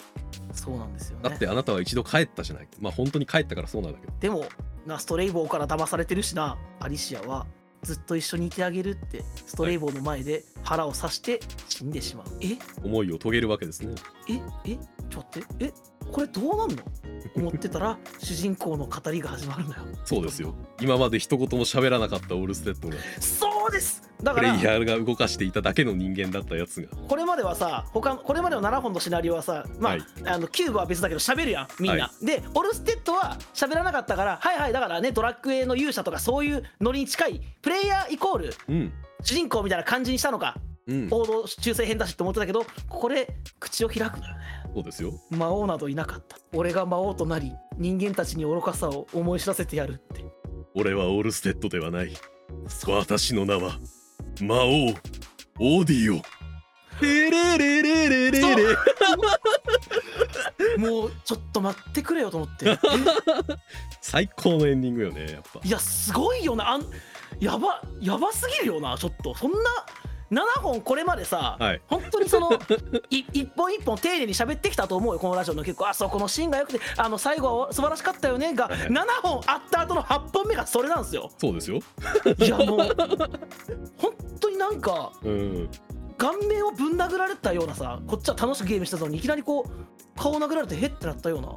Speaker 1: そうなんですよね
Speaker 2: だってあなたは一度帰ったじゃないまあ本当に帰ったからそうなんだけど
Speaker 1: でもなストレイボーから騙されてるしなアリシアはずっと一緒にいてあげるってストレイボーの前で腹を刺して死んでしまう、
Speaker 2: 思いを遂げるわけですね
Speaker 1: えええちょっと待ってえこれどうなんの思ってたら 主人公の語りが始まるのよ
Speaker 2: そうですよ今まで一言も喋らなかったオルステッドが
Speaker 1: そうですだ
Speaker 2: プ
Speaker 1: か
Speaker 2: レ
Speaker 1: ら
Speaker 2: イヤーが動かしていただけの人間だったやつが
Speaker 1: これまではさ他のこれまでの7本のシナリオはさ、まあ
Speaker 2: はい
Speaker 1: あのキューブは別だけど喋るやんみんな、
Speaker 2: は
Speaker 1: でオルステッドは喋らなかったからはいはいだからねドラッグエの勇者とかそういうノリに近いプレイヤーイコール
Speaker 2: うん
Speaker 1: 主人公みたいな感じにしたのか
Speaker 2: うんそ
Speaker 1: 王道中性編だしって思ってたけどこれ口を開くのよね
Speaker 2: うですよ
Speaker 1: 魔王などいなかった俺が魔王となり人間たちに愚かさを思い知らせてやるって
Speaker 2: 俺はオルステッドではない私の名は魔王オーディオレレレレレレレ
Speaker 1: もうちょっと待ってくれよと思って
Speaker 2: 最高のエンディングよねやっぱ
Speaker 1: いやすごいよなあんやばやばすぎるよなちょっとそんな7本これまでさ、
Speaker 2: はい
Speaker 1: 本当にそのい一本一本丁寧に喋ってきたと思うよこのラジオの結構あそこのシーンが良くてあの最後は素晴らしかったよねが
Speaker 2: はいはい
Speaker 1: 7本あった後の8本目がそれなんですよ
Speaker 2: そうですよ
Speaker 1: いやもう本当になんか
Speaker 2: うん
Speaker 1: 顔面をぶん殴られたようなさこっちは楽しくゲームしてたのにいきなりこう顔殴られてへってなったような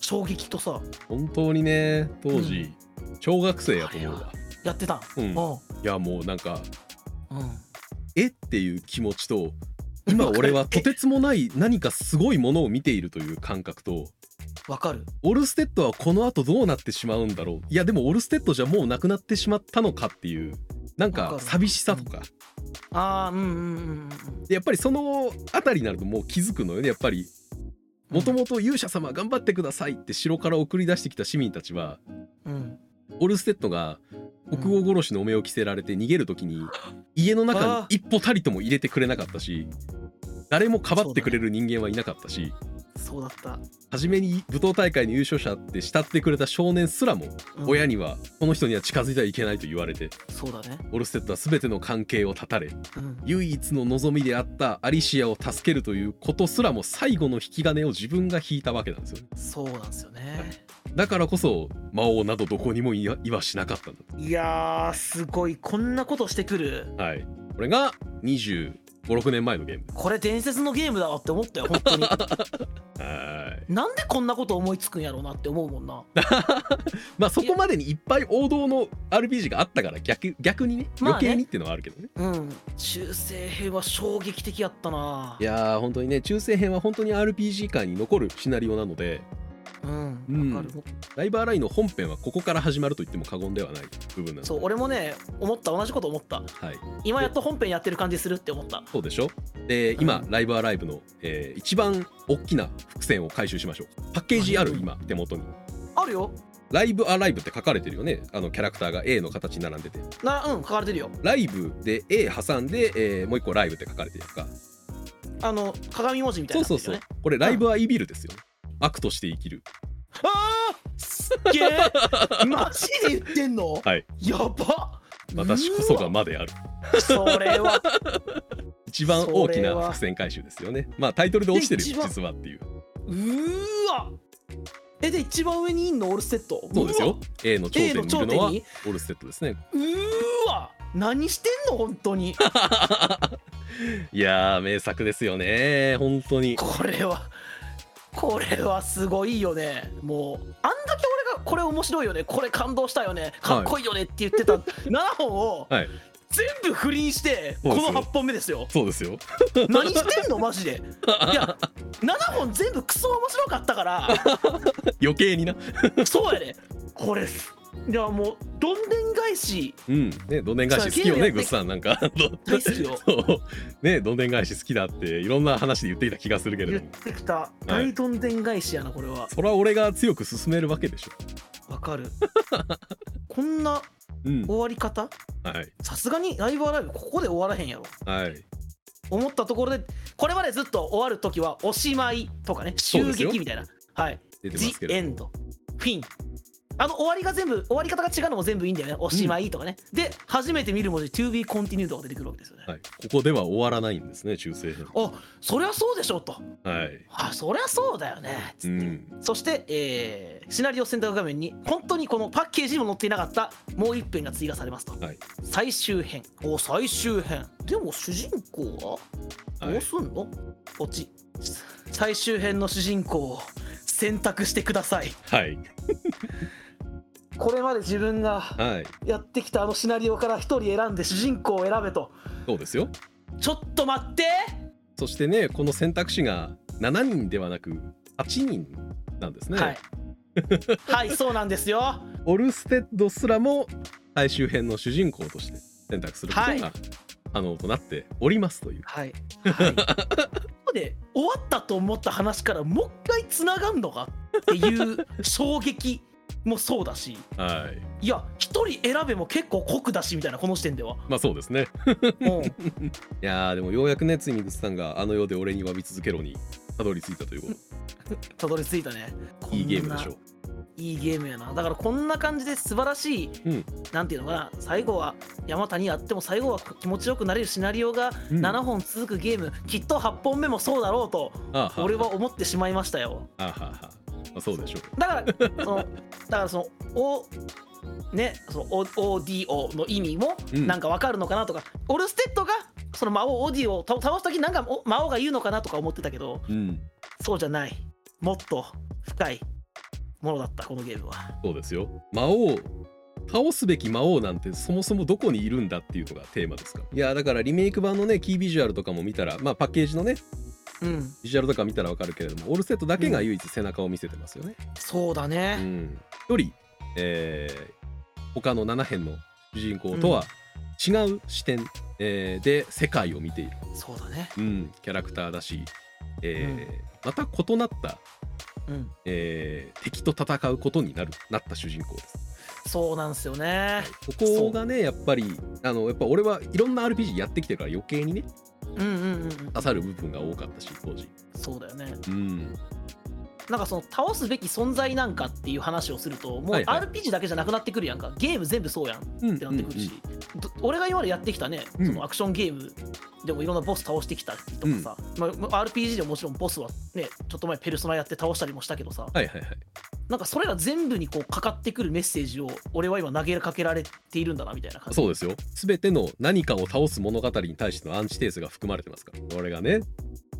Speaker 1: 衝撃とさ
Speaker 2: 本当にね当時小学生やと思うわ
Speaker 1: やってたん
Speaker 2: うん
Speaker 1: うん
Speaker 2: いやもうなんか
Speaker 1: うん
Speaker 2: えっていう気持ちと今俺はとてつもない何かすごいものを見ているという感覚と
Speaker 1: わかる
Speaker 2: オルステッドはこの後どうなってしまうんだろういやでもオルステッドじゃもうなくなってしまったのかっていうなん
Speaker 1: わか
Speaker 2: か
Speaker 1: る
Speaker 2: 寂しさとか
Speaker 1: ああうんうんうんうん
Speaker 2: でやっぱりその辺りになるともう気づくのよねやっぱりもともと勇者様頑張ってくださいって城から送り出してきた市民たちは
Speaker 1: うんうん
Speaker 2: オルステッドが北欧殺しのお目を着せられて逃げる時に家の中に一歩たりとも入れてくれなかったし誰もかばってくれる人間はいなかったし
Speaker 1: そうだった
Speaker 2: 初めに舞踏大会の優勝者って慕ってくれた少年すらも
Speaker 1: うん
Speaker 2: 親にはこの人には近づいてはいけないと言われて
Speaker 1: そうだね
Speaker 2: オルステッドは全ての関係を断たれ
Speaker 1: うん
Speaker 2: 唯一の望みであったアリシアを助けるということすらも最後の引き金を自分が引いたわけなんですよね
Speaker 1: そうなんですよね
Speaker 2: だからこそ魔王などどこにもいわいわしなかったんだ
Speaker 1: いやーすごいこんなことしてくる
Speaker 2: とはいこれが2 5 6年前のゲーム
Speaker 1: これ伝説のゲームだわって思ったよ本当に
Speaker 2: は い
Speaker 1: なんでこんなこと思いつくんやろうなって思うもんな
Speaker 2: まあそこまでにいっぱい王道の RPG があったから逆逆にね
Speaker 1: まあ
Speaker 2: 余
Speaker 1: ね
Speaker 2: 計にっていうのはあるけどね,、
Speaker 1: うん中世編は衝撃的やったない
Speaker 2: やー本当にね中世編は本当に RPG 界に残るシナリオなので
Speaker 1: うんわかる、
Speaker 2: ダイバーラインの本編はここから始まると言っても過言ではない部分なので
Speaker 1: そう俺もね思った同じこと思った
Speaker 2: はい
Speaker 1: 今やっと本編やってる感じするって思った
Speaker 2: そうでしょで今、
Speaker 1: うん
Speaker 2: ライブアライブの、えー一番大きな伏線を回収しましょうパッケージある
Speaker 1: はい
Speaker 2: 今手元に
Speaker 1: あるよ
Speaker 2: ライブアライブって書かれてるよねあのキャラクターが A の形に並んでて
Speaker 1: なうん書かれてるよ
Speaker 2: ライブで A 挟んで、えーもう一個ライブって書かれてるか
Speaker 1: あの鏡文字みたい
Speaker 2: そう
Speaker 1: にな
Speaker 2: そう
Speaker 1: ってるよ
Speaker 2: そう
Speaker 1: ね
Speaker 2: これライブはイビルですよ、悪として生きる
Speaker 1: あーすっげえ マジで言ってんの、
Speaker 2: はい
Speaker 1: やば
Speaker 2: 私こそがまである
Speaker 1: それは
Speaker 2: 一番大き
Speaker 1: それ
Speaker 2: な
Speaker 1: は
Speaker 2: 伏線回収ですよねまあタイトルで落ちてる
Speaker 1: で
Speaker 2: よ
Speaker 1: 一番
Speaker 2: 実はっていう
Speaker 1: うーわえで一番上にいんのオールセット
Speaker 2: そうですよ A の頂点
Speaker 1: A
Speaker 2: にい
Speaker 1: の
Speaker 2: る
Speaker 1: 頂
Speaker 2: の
Speaker 1: 点
Speaker 2: は
Speaker 1: に
Speaker 2: オルステッドですね
Speaker 1: うーわ何してんの本当に
Speaker 2: いやー名作ですよね本当に
Speaker 1: これはこれはすごいよねもうあんだけ俺がこれ面白いよねこれ感動したよねかっこいいよねって言ってた7本を
Speaker 2: はい
Speaker 1: 全部不倫して
Speaker 2: そう
Speaker 1: こ
Speaker 2: ですよ
Speaker 1: の8本目ですよ
Speaker 2: そうですよ
Speaker 1: 何してんのマジでいや7本全部クソ面白かったから
Speaker 2: 余計にな
Speaker 1: そうやねここれすいやもうどんでん返し
Speaker 2: うんねどんでん返し好きよ
Speaker 1: そうゲ
Speaker 2: ね
Speaker 1: ーム
Speaker 2: グ
Speaker 1: や
Speaker 2: ッ
Speaker 1: って
Speaker 2: さんなんか
Speaker 1: 大好きよ
Speaker 2: そうねどんでん返し好きだっていろんな話で言っていた気がするけれ
Speaker 1: 言
Speaker 2: ど
Speaker 1: っ
Speaker 2: も
Speaker 1: てきた
Speaker 2: い
Speaker 1: 大どんでん返しやなこれは
Speaker 2: それは俺が強く勧めるわけでしょ
Speaker 1: わかるこんな
Speaker 2: うん
Speaker 1: 終わり方
Speaker 2: はい
Speaker 1: さすがにライブアライブここで終わらへんやろ
Speaker 2: はい
Speaker 1: 思ったところでこれまでずっと終わる時はおしまいとかね
Speaker 2: そう
Speaker 1: 襲
Speaker 2: ですよ
Speaker 1: 撃みたいなはい
Speaker 2: 出てま
Speaker 1: ジ
Speaker 2: すけ
Speaker 1: エ
Speaker 2: れど
Speaker 1: ンドフィンあの終わりが全部終わり方が違うのも全部いいんだよねおしまいとかね、で初めて見る文字 To be continued とか出てくるわけですよね、
Speaker 2: はい、ここでは終わらないんですね中世編
Speaker 1: あそりゃそうでしょと
Speaker 2: はい
Speaker 1: あそりゃそうだよねつ
Speaker 2: う
Speaker 1: って、
Speaker 2: ん
Speaker 1: そして、えーシナリオ選択画面に本当にこのパッケージにも載っていなかったもう一編が追加されますと、
Speaker 2: はい
Speaker 1: 最終編お最終編でも主人公は
Speaker 2: はい
Speaker 1: どうすんの、オチ最終編の主人公を選択してください
Speaker 2: はい
Speaker 1: これまで自分が
Speaker 2: はい
Speaker 1: やってきたあのシナリオから一人選んで主人公を選べと
Speaker 2: そうですよ
Speaker 1: ちょっと待って
Speaker 2: そしてねこの選択肢が7人ではなく8人なんですね、
Speaker 1: はい、はい、そうなんですよ
Speaker 2: オルステッドすらも最終編の主人公として選択することが、
Speaker 1: はい
Speaker 2: 可能となっておりますという
Speaker 1: はい、はい、ここで終わったと思った話からもう一回つながんのかっていう衝撃もそうだし
Speaker 2: はい
Speaker 1: いや一人選べも結構酷だしみたいなこの時点では、
Speaker 2: まあそうですね
Speaker 1: うん、
Speaker 2: いやーでもようやくねついにグッズさんが「あの世で俺に詫び続けろ」にたどり着いたというこ
Speaker 1: たどり着いたね
Speaker 2: といいゲームでしょう
Speaker 1: いいゲームやなだからこんな感じで素晴らしい、
Speaker 2: うん
Speaker 1: なんていうのかな最後は山谷やっても最後は気持ちよくなれるシナリオが
Speaker 2: うん
Speaker 1: 7本続くゲーム、きっと8本目もそうだろうと
Speaker 2: ああ
Speaker 1: 俺は思ってしまいましたよ
Speaker 2: ああはあはあまあそうでしょ
Speaker 1: だからそのだからそのおねその O- ODO の意味も
Speaker 2: うん
Speaker 1: なんかわかるのかなとか、オルステッドがその魔王オディオを倒倒す時になんかお魔王が言うのかなとか思ってたけど
Speaker 2: ううん
Speaker 1: そうじゃないもっと深いものだったこのゲームは。
Speaker 2: そうですよ魔王倒すべき魔王なんてそもそもどこにいるんだっていうのがテーマですからいやーだからリメイク版のねキービジュアルとかも見たらまあパッケージのね
Speaker 1: うん
Speaker 2: ビジュアルとか見たらわかるけれどもオルセットだけが唯一背中を見せてますよね。
Speaker 1: そうだ
Speaker 2: う
Speaker 1: ね。
Speaker 2: ん、より、えー他の7編の主人公とは違う視点、えーで世界を見ている、
Speaker 1: そうだね。
Speaker 2: うん、キャラクターだし、えーまた異なった、
Speaker 1: うん。
Speaker 2: えー敵と戦うことになるなった主人公です。
Speaker 1: そうなんですよね。
Speaker 2: ここがねやっぱりあのやっぱ俺はいろんな RPG やってきてるから余計にね
Speaker 1: うんうんうんうん。
Speaker 2: 刺さる部分が多かったし当時。
Speaker 1: そうだよね。
Speaker 2: うん、
Speaker 1: なんかその倒すべき存在なんかっていう話をするともう
Speaker 2: はいはい
Speaker 1: RPG だけじゃなくなってくるやんか、ゲーム全部そうやんっ
Speaker 2: うん
Speaker 1: てなってくるし、ど俺が今までやってきたね
Speaker 2: う
Speaker 1: そ
Speaker 2: ん
Speaker 1: のアクションゲームでもいろんなボス倒してきたりとかさ、まあ、RPG でももちろんボスはねちょっと前ペルソナやって倒したりもしたけどさ
Speaker 2: はいはいはい。
Speaker 1: なんかそれら全部にこうかかってくるメッセージを俺は今投げかけられているんだなみたいな感じ
Speaker 2: そうですよ全ての何かを倒す物語に対してのアンチテーゼが含まれてますからこれがね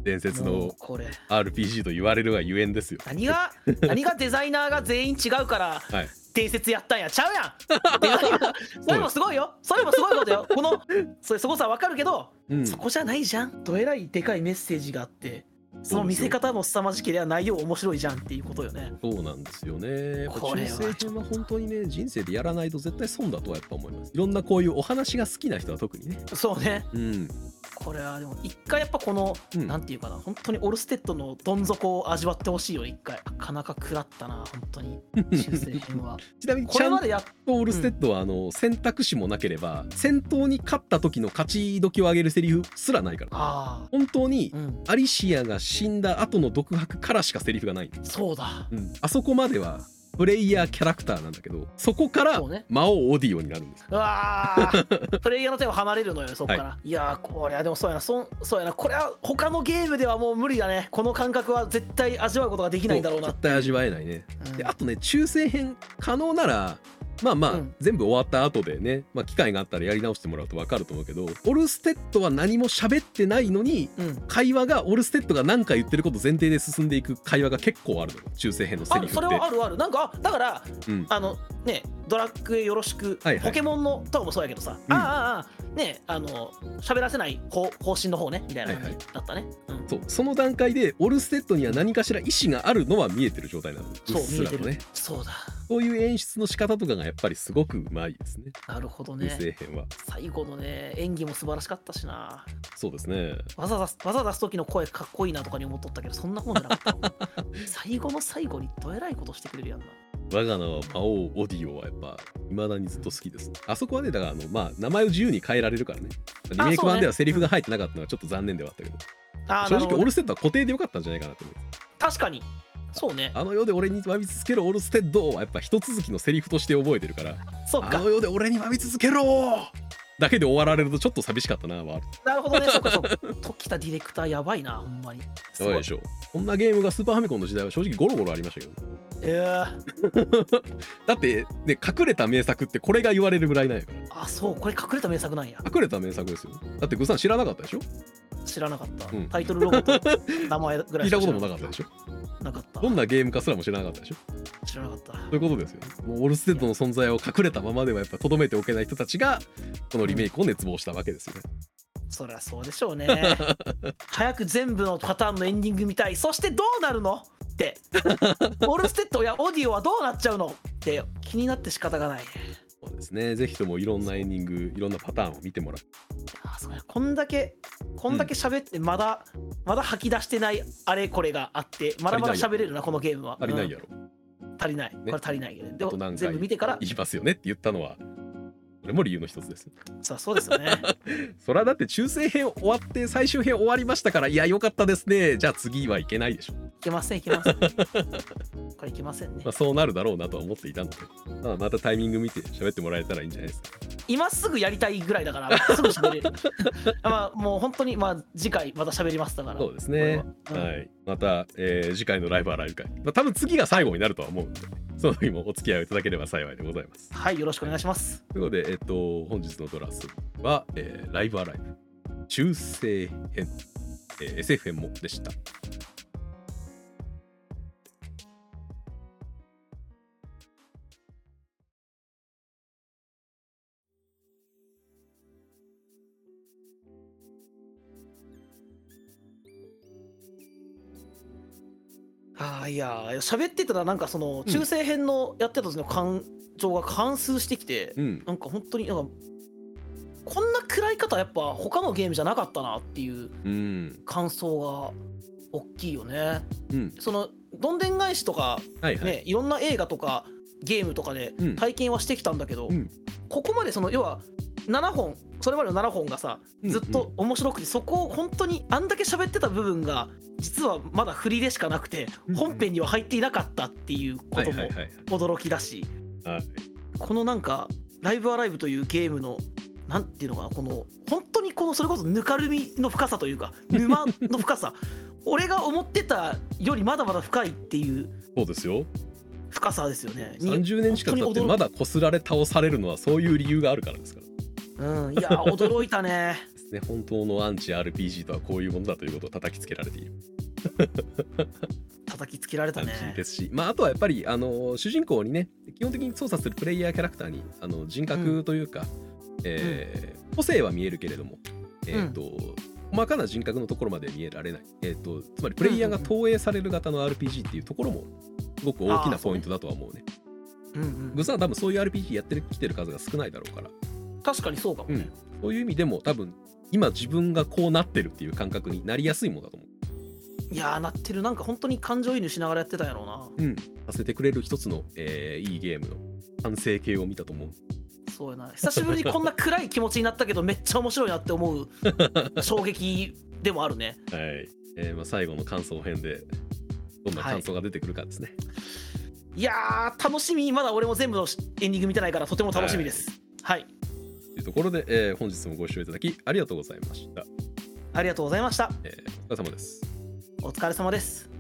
Speaker 2: 伝説
Speaker 1: もう
Speaker 2: の
Speaker 1: これ
Speaker 2: RPG と言われるがゆえんですよ
Speaker 1: 何が何がデザイナーが全員違うから
Speaker 2: はい
Speaker 1: 伝説やったんやちゃうやん って言われるそれもすごいよそれもすごいことよこのそれすごさわかるけど、
Speaker 2: うん
Speaker 1: そこじゃないじゃんどえらいでかいメッセージがあってその見せ方も凄まじければ内容面白いじゃんっていうことよね
Speaker 2: そうなんですよねやっぱ
Speaker 1: これ
Speaker 2: 中
Speaker 1: は
Speaker 2: 世編は本当にね人生でやらないと絶対損だとはやっぱ思いますいろんなこういうお話が好きな人は特にね
Speaker 1: そうね
Speaker 2: うん、
Speaker 1: これはでも一回やっぱこの、
Speaker 2: うん
Speaker 1: なんていうかな本当にオルステッドのどん底を味わってほしいよ一回なかなか食らったな本当に修正編 は
Speaker 2: ちなみに
Speaker 1: こ
Speaker 2: ちゃ
Speaker 1: れ
Speaker 2: ん
Speaker 1: ま
Speaker 2: と
Speaker 1: でやっ
Speaker 2: オルステッドはあの選択肢もなければ戦闘に勝った時の勝ち時を上げるセリフすらないから
Speaker 1: あ
Speaker 2: 本当に
Speaker 1: あうん
Speaker 2: アリシアが死んだ後の独白からしかセリフがない
Speaker 1: そうだ
Speaker 2: あそこまではプレイヤーキャラクターなんだけどそこから
Speaker 1: そうね
Speaker 2: 魔王オーディオになるんです
Speaker 1: うわープレイヤーの手を離れるの よそこから、、
Speaker 2: はい
Speaker 1: やーこれはでもそうやなそんそうやなこれは他のゲームではもう無理だねこの感覚は絶対味わうことができないんだろうな
Speaker 2: 絶対味わえないね、
Speaker 1: うん
Speaker 2: であとね中世編可能ならまあまあ、
Speaker 1: うん
Speaker 2: 全部終わった後でね、まあ、機会があったらやり直してもらうと分かると思うけどオルステッドは何も喋ってないのに
Speaker 1: うん
Speaker 2: 会話がオルステッドが何か言ってること前提で進んでいく会話が結構あるのよ中世編のセ
Speaker 1: あ
Speaker 2: リフ
Speaker 1: それ
Speaker 2: って
Speaker 1: はあるあるなんかあだから
Speaker 2: うん
Speaker 1: あのねドラクエよろしく、
Speaker 2: はいはい
Speaker 1: ポケモンのとかもそうやけどさ、
Speaker 2: うん
Speaker 1: ああああねあの喋らせない方方針の方ねみたいな感じだったね、うん
Speaker 2: そうその段階でオルステッドには何かしら意思があるのは見えてる状態なのうっ
Speaker 1: そう
Speaker 2: すらと
Speaker 1: 見え
Speaker 2: ね
Speaker 1: そうだ
Speaker 2: そういう演出の仕方とかがやっぱりすごくうまいですね
Speaker 1: なるほど
Speaker 2: 無
Speaker 1: ね
Speaker 2: 声編は
Speaker 1: 最後のね演技も素晴らしかったしな
Speaker 2: そうですね
Speaker 1: わざわざわざ出す時の声かっこいいなとかに思っとったけどそんなもんじゃなかったもん最後の最後にどえらいことしてくれるやんな
Speaker 2: 我が名は魔王オディオはやっぱ未だにずっと好きですあそこはねだからあのまあ名前を自由に変えられるからねリメイク
Speaker 1: そうね
Speaker 2: 版ではセリフが入ってなかったのはちょっと残念ではあったけど
Speaker 1: あー
Speaker 2: 正
Speaker 1: なるほ
Speaker 2: 直
Speaker 1: ど
Speaker 2: オルステッドは固定でよかったんじゃないかなと思う
Speaker 1: 確かにそうね
Speaker 2: あの世で俺にまみ続けろオルステッドはやっぱ一続きのセリフとして覚えてるから
Speaker 1: そっ
Speaker 2: あ
Speaker 1: か
Speaker 2: の世で俺にまみ続けろだけで終わられるとちょっと寂しかったなはある
Speaker 1: なるほどねそっかそっか時田ディレクターやばいなほんまにす
Speaker 2: やば
Speaker 1: ごい
Speaker 2: いでしょこんなゲームがスーパーファミコンの時代は正直ゴロゴロありましたけど
Speaker 1: えー、
Speaker 2: だってね隠れた名作ってこれが言われるぐらいなんやから
Speaker 1: あそうこれ隠れた名作なんや
Speaker 2: 隠れた名作ですよだってグさん知らなかったでしょ
Speaker 1: 知らなかった、
Speaker 2: うん
Speaker 1: タイトルロゴと名前ぐら
Speaker 2: 聞
Speaker 1: いし
Speaker 2: い
Speaker 1: か知
Speaker 2: たこと
Speaker 1: ら
Speaker 2: もなかったでしょ
Speaker 1: なかった
Speaker 2: どんなゲームかすらも知らなかったでしょ
Speaker 1: 知らなかった
Speaker 2: そういうことですよねもうオルステッドの存在を隠れたままではやっぱとどめておけない人たちがこのリメイクを熱望したわけですよね
Speaker 1: そりゃそうでしょうね早く全部のパターンのエンディング見たいそしてどうなるのって オルステッドやオディオはどうなっちゃうのって気になって仕方がないね
Speaker 2: そうですねぜひともいろんなエンディングいろんなパターンを見てもらう
Speaker 1: あそうやこんだけこんだけ喋ってまだ、まだ吐き出してないあれこれがあってまだまだ
Speaker 2: 足りない
Speaker 1: 喋れるなこのゲームは
Speaker 2: 足りないやろ、
Speaker 1: うん足りない、これ足りないよねで
Speaker 2: あと何
Speaker 1: も
Speaker 2: 回
Speaker 1: 全部見てから
Speaker 2: 言いますよねって言ったのはこれも理由の一つです
Speaker 1: そりゃそうですよね
Speaker 2: それはだって中性編終わって最終編終わりましたからいや良かったですねじゃあ次はいけないでしょ、
Speaker 1: いけませんいけま せんこれいけませんね
Speaker 2: まあ、そうなるだろうなとは思っていたのでまあまたタイミング見て喋ってもらえたらいいんじゃないですか
Speaker 1: 今すぐやりたいぐらいだからすぐ喋れる まあもう本当にまあ次回また喋りますだから
Speaker 2: そうですね
Speaker 1: これはうん
Speaker 2: はいまた、えー次回のライブはライブ会、まあ、多分次が最後になるとは思うんでその時もお付き合いをいただければ幸いでございます
Speaker 1: はい、よろしくお願いします。
Speaker 2: ということでえっと本日のドラスは、えーライブはライブ中性編、えー SF 編もでした
Speaker 1: ああ、いやー、喋ってたら、なんかその中世編のやってた時の感情が関数してきて、
Speaker 2: うん
Speaker 1: なんか本当になんか。こんな暗い方、やっぱ他のゲームじゃなかったなっていう
Speaker 2: うん
Speaker 1: 感想が大きいよね。
Speaker 2: うん
Speaker 1: そのどんでん返しとか、
Speaker 2: はいはい、
Speaker 1: ね、いろんな映画とかゲームとかで
Speaker 2: うん
Speaker 1: 体験はしてきたんだけど、
Speaker 2: うん
Speaker 1: ここまでその要は7本それまでの7本がさ
Speaker 2: うん
Speaker 1: ずっと面白くて、そこを本当にあんだけ喋ってた部分が実はまだ振りでしかなくて
Speaker 2: うん
Speaker 1: 本編には入っていなかったっていうこ
Speaker 2: はい
Speaker 1: と
Speaker 2: は
Speaker 1: も
Speaker 2: いはい
Speaker 1: 驚きだし、
Speaker 2: はい
Speaker 1: このなんか「ライブ・アライブ」というゲームのなんていうのかなこの本当にこのそれこそぬかるみの深さというか沼の深さ俺が思ってたよりまだまだ深いっていう
Speaker 2: そうですよ
Speaker 1: 深さですよね。に
Speaker 2: 30年近く経ってまだこすられ倒されるのはそういう理由があるからですから
Speaker 1: うん、いやー驚いたね
Speaker 2: ですね本当のアンチ RPG とはこういうものだということを叩きつけられている
Speaker 1: 叩きつけられた
Speaker 2: 感
Speaker 1: ね
Speaker 2: じですし、まあ、あとはやっぱりあの主人公にね基本的に操作するプレイヤーキャラクターにあの人格というか、えー個性は見えるけれども、えーと細かな人格のところまで見えられない、えー、とつまりプレイヤーが投影される型の RPG っていうところもすごく大きなポイントだとは思うね。
Speaker 1: うんう
Speaker 2: グさんは多分そういう RPG やってきてる数が少ないだろうから
Speaker 1: ん、確かにそうかもね、
Speaker 2: そういう意味でも多分今自分がこうなってるっていう感覚になりやすいものだと思
Speaker 1: いやーなってるなんか本当に感情移入しながらやってたんやろうな
Speaker 2: う、させてくれる一つの、えーいいゲームの完成形を見たと思う
Speaker 1: そう やな久しぶりにこんな暗い気持ちになったけどめっちゃ面白いなって思う衝撃でもあるね
Speaker 2: はい、えーまあ、最後の感想編でどんな感想が出てくるかですね、
Speaker 1: いやー楽しみまだ俺も全部のエンディング見てないからとても楽しみですはい、
Speaker 2: というところで、えー本日もご視聴いただきありがとうございました、
Speaker 1: ありがとうございました
Speaker 2: えーお疲れ様です
Speaker 1: お疲れ様です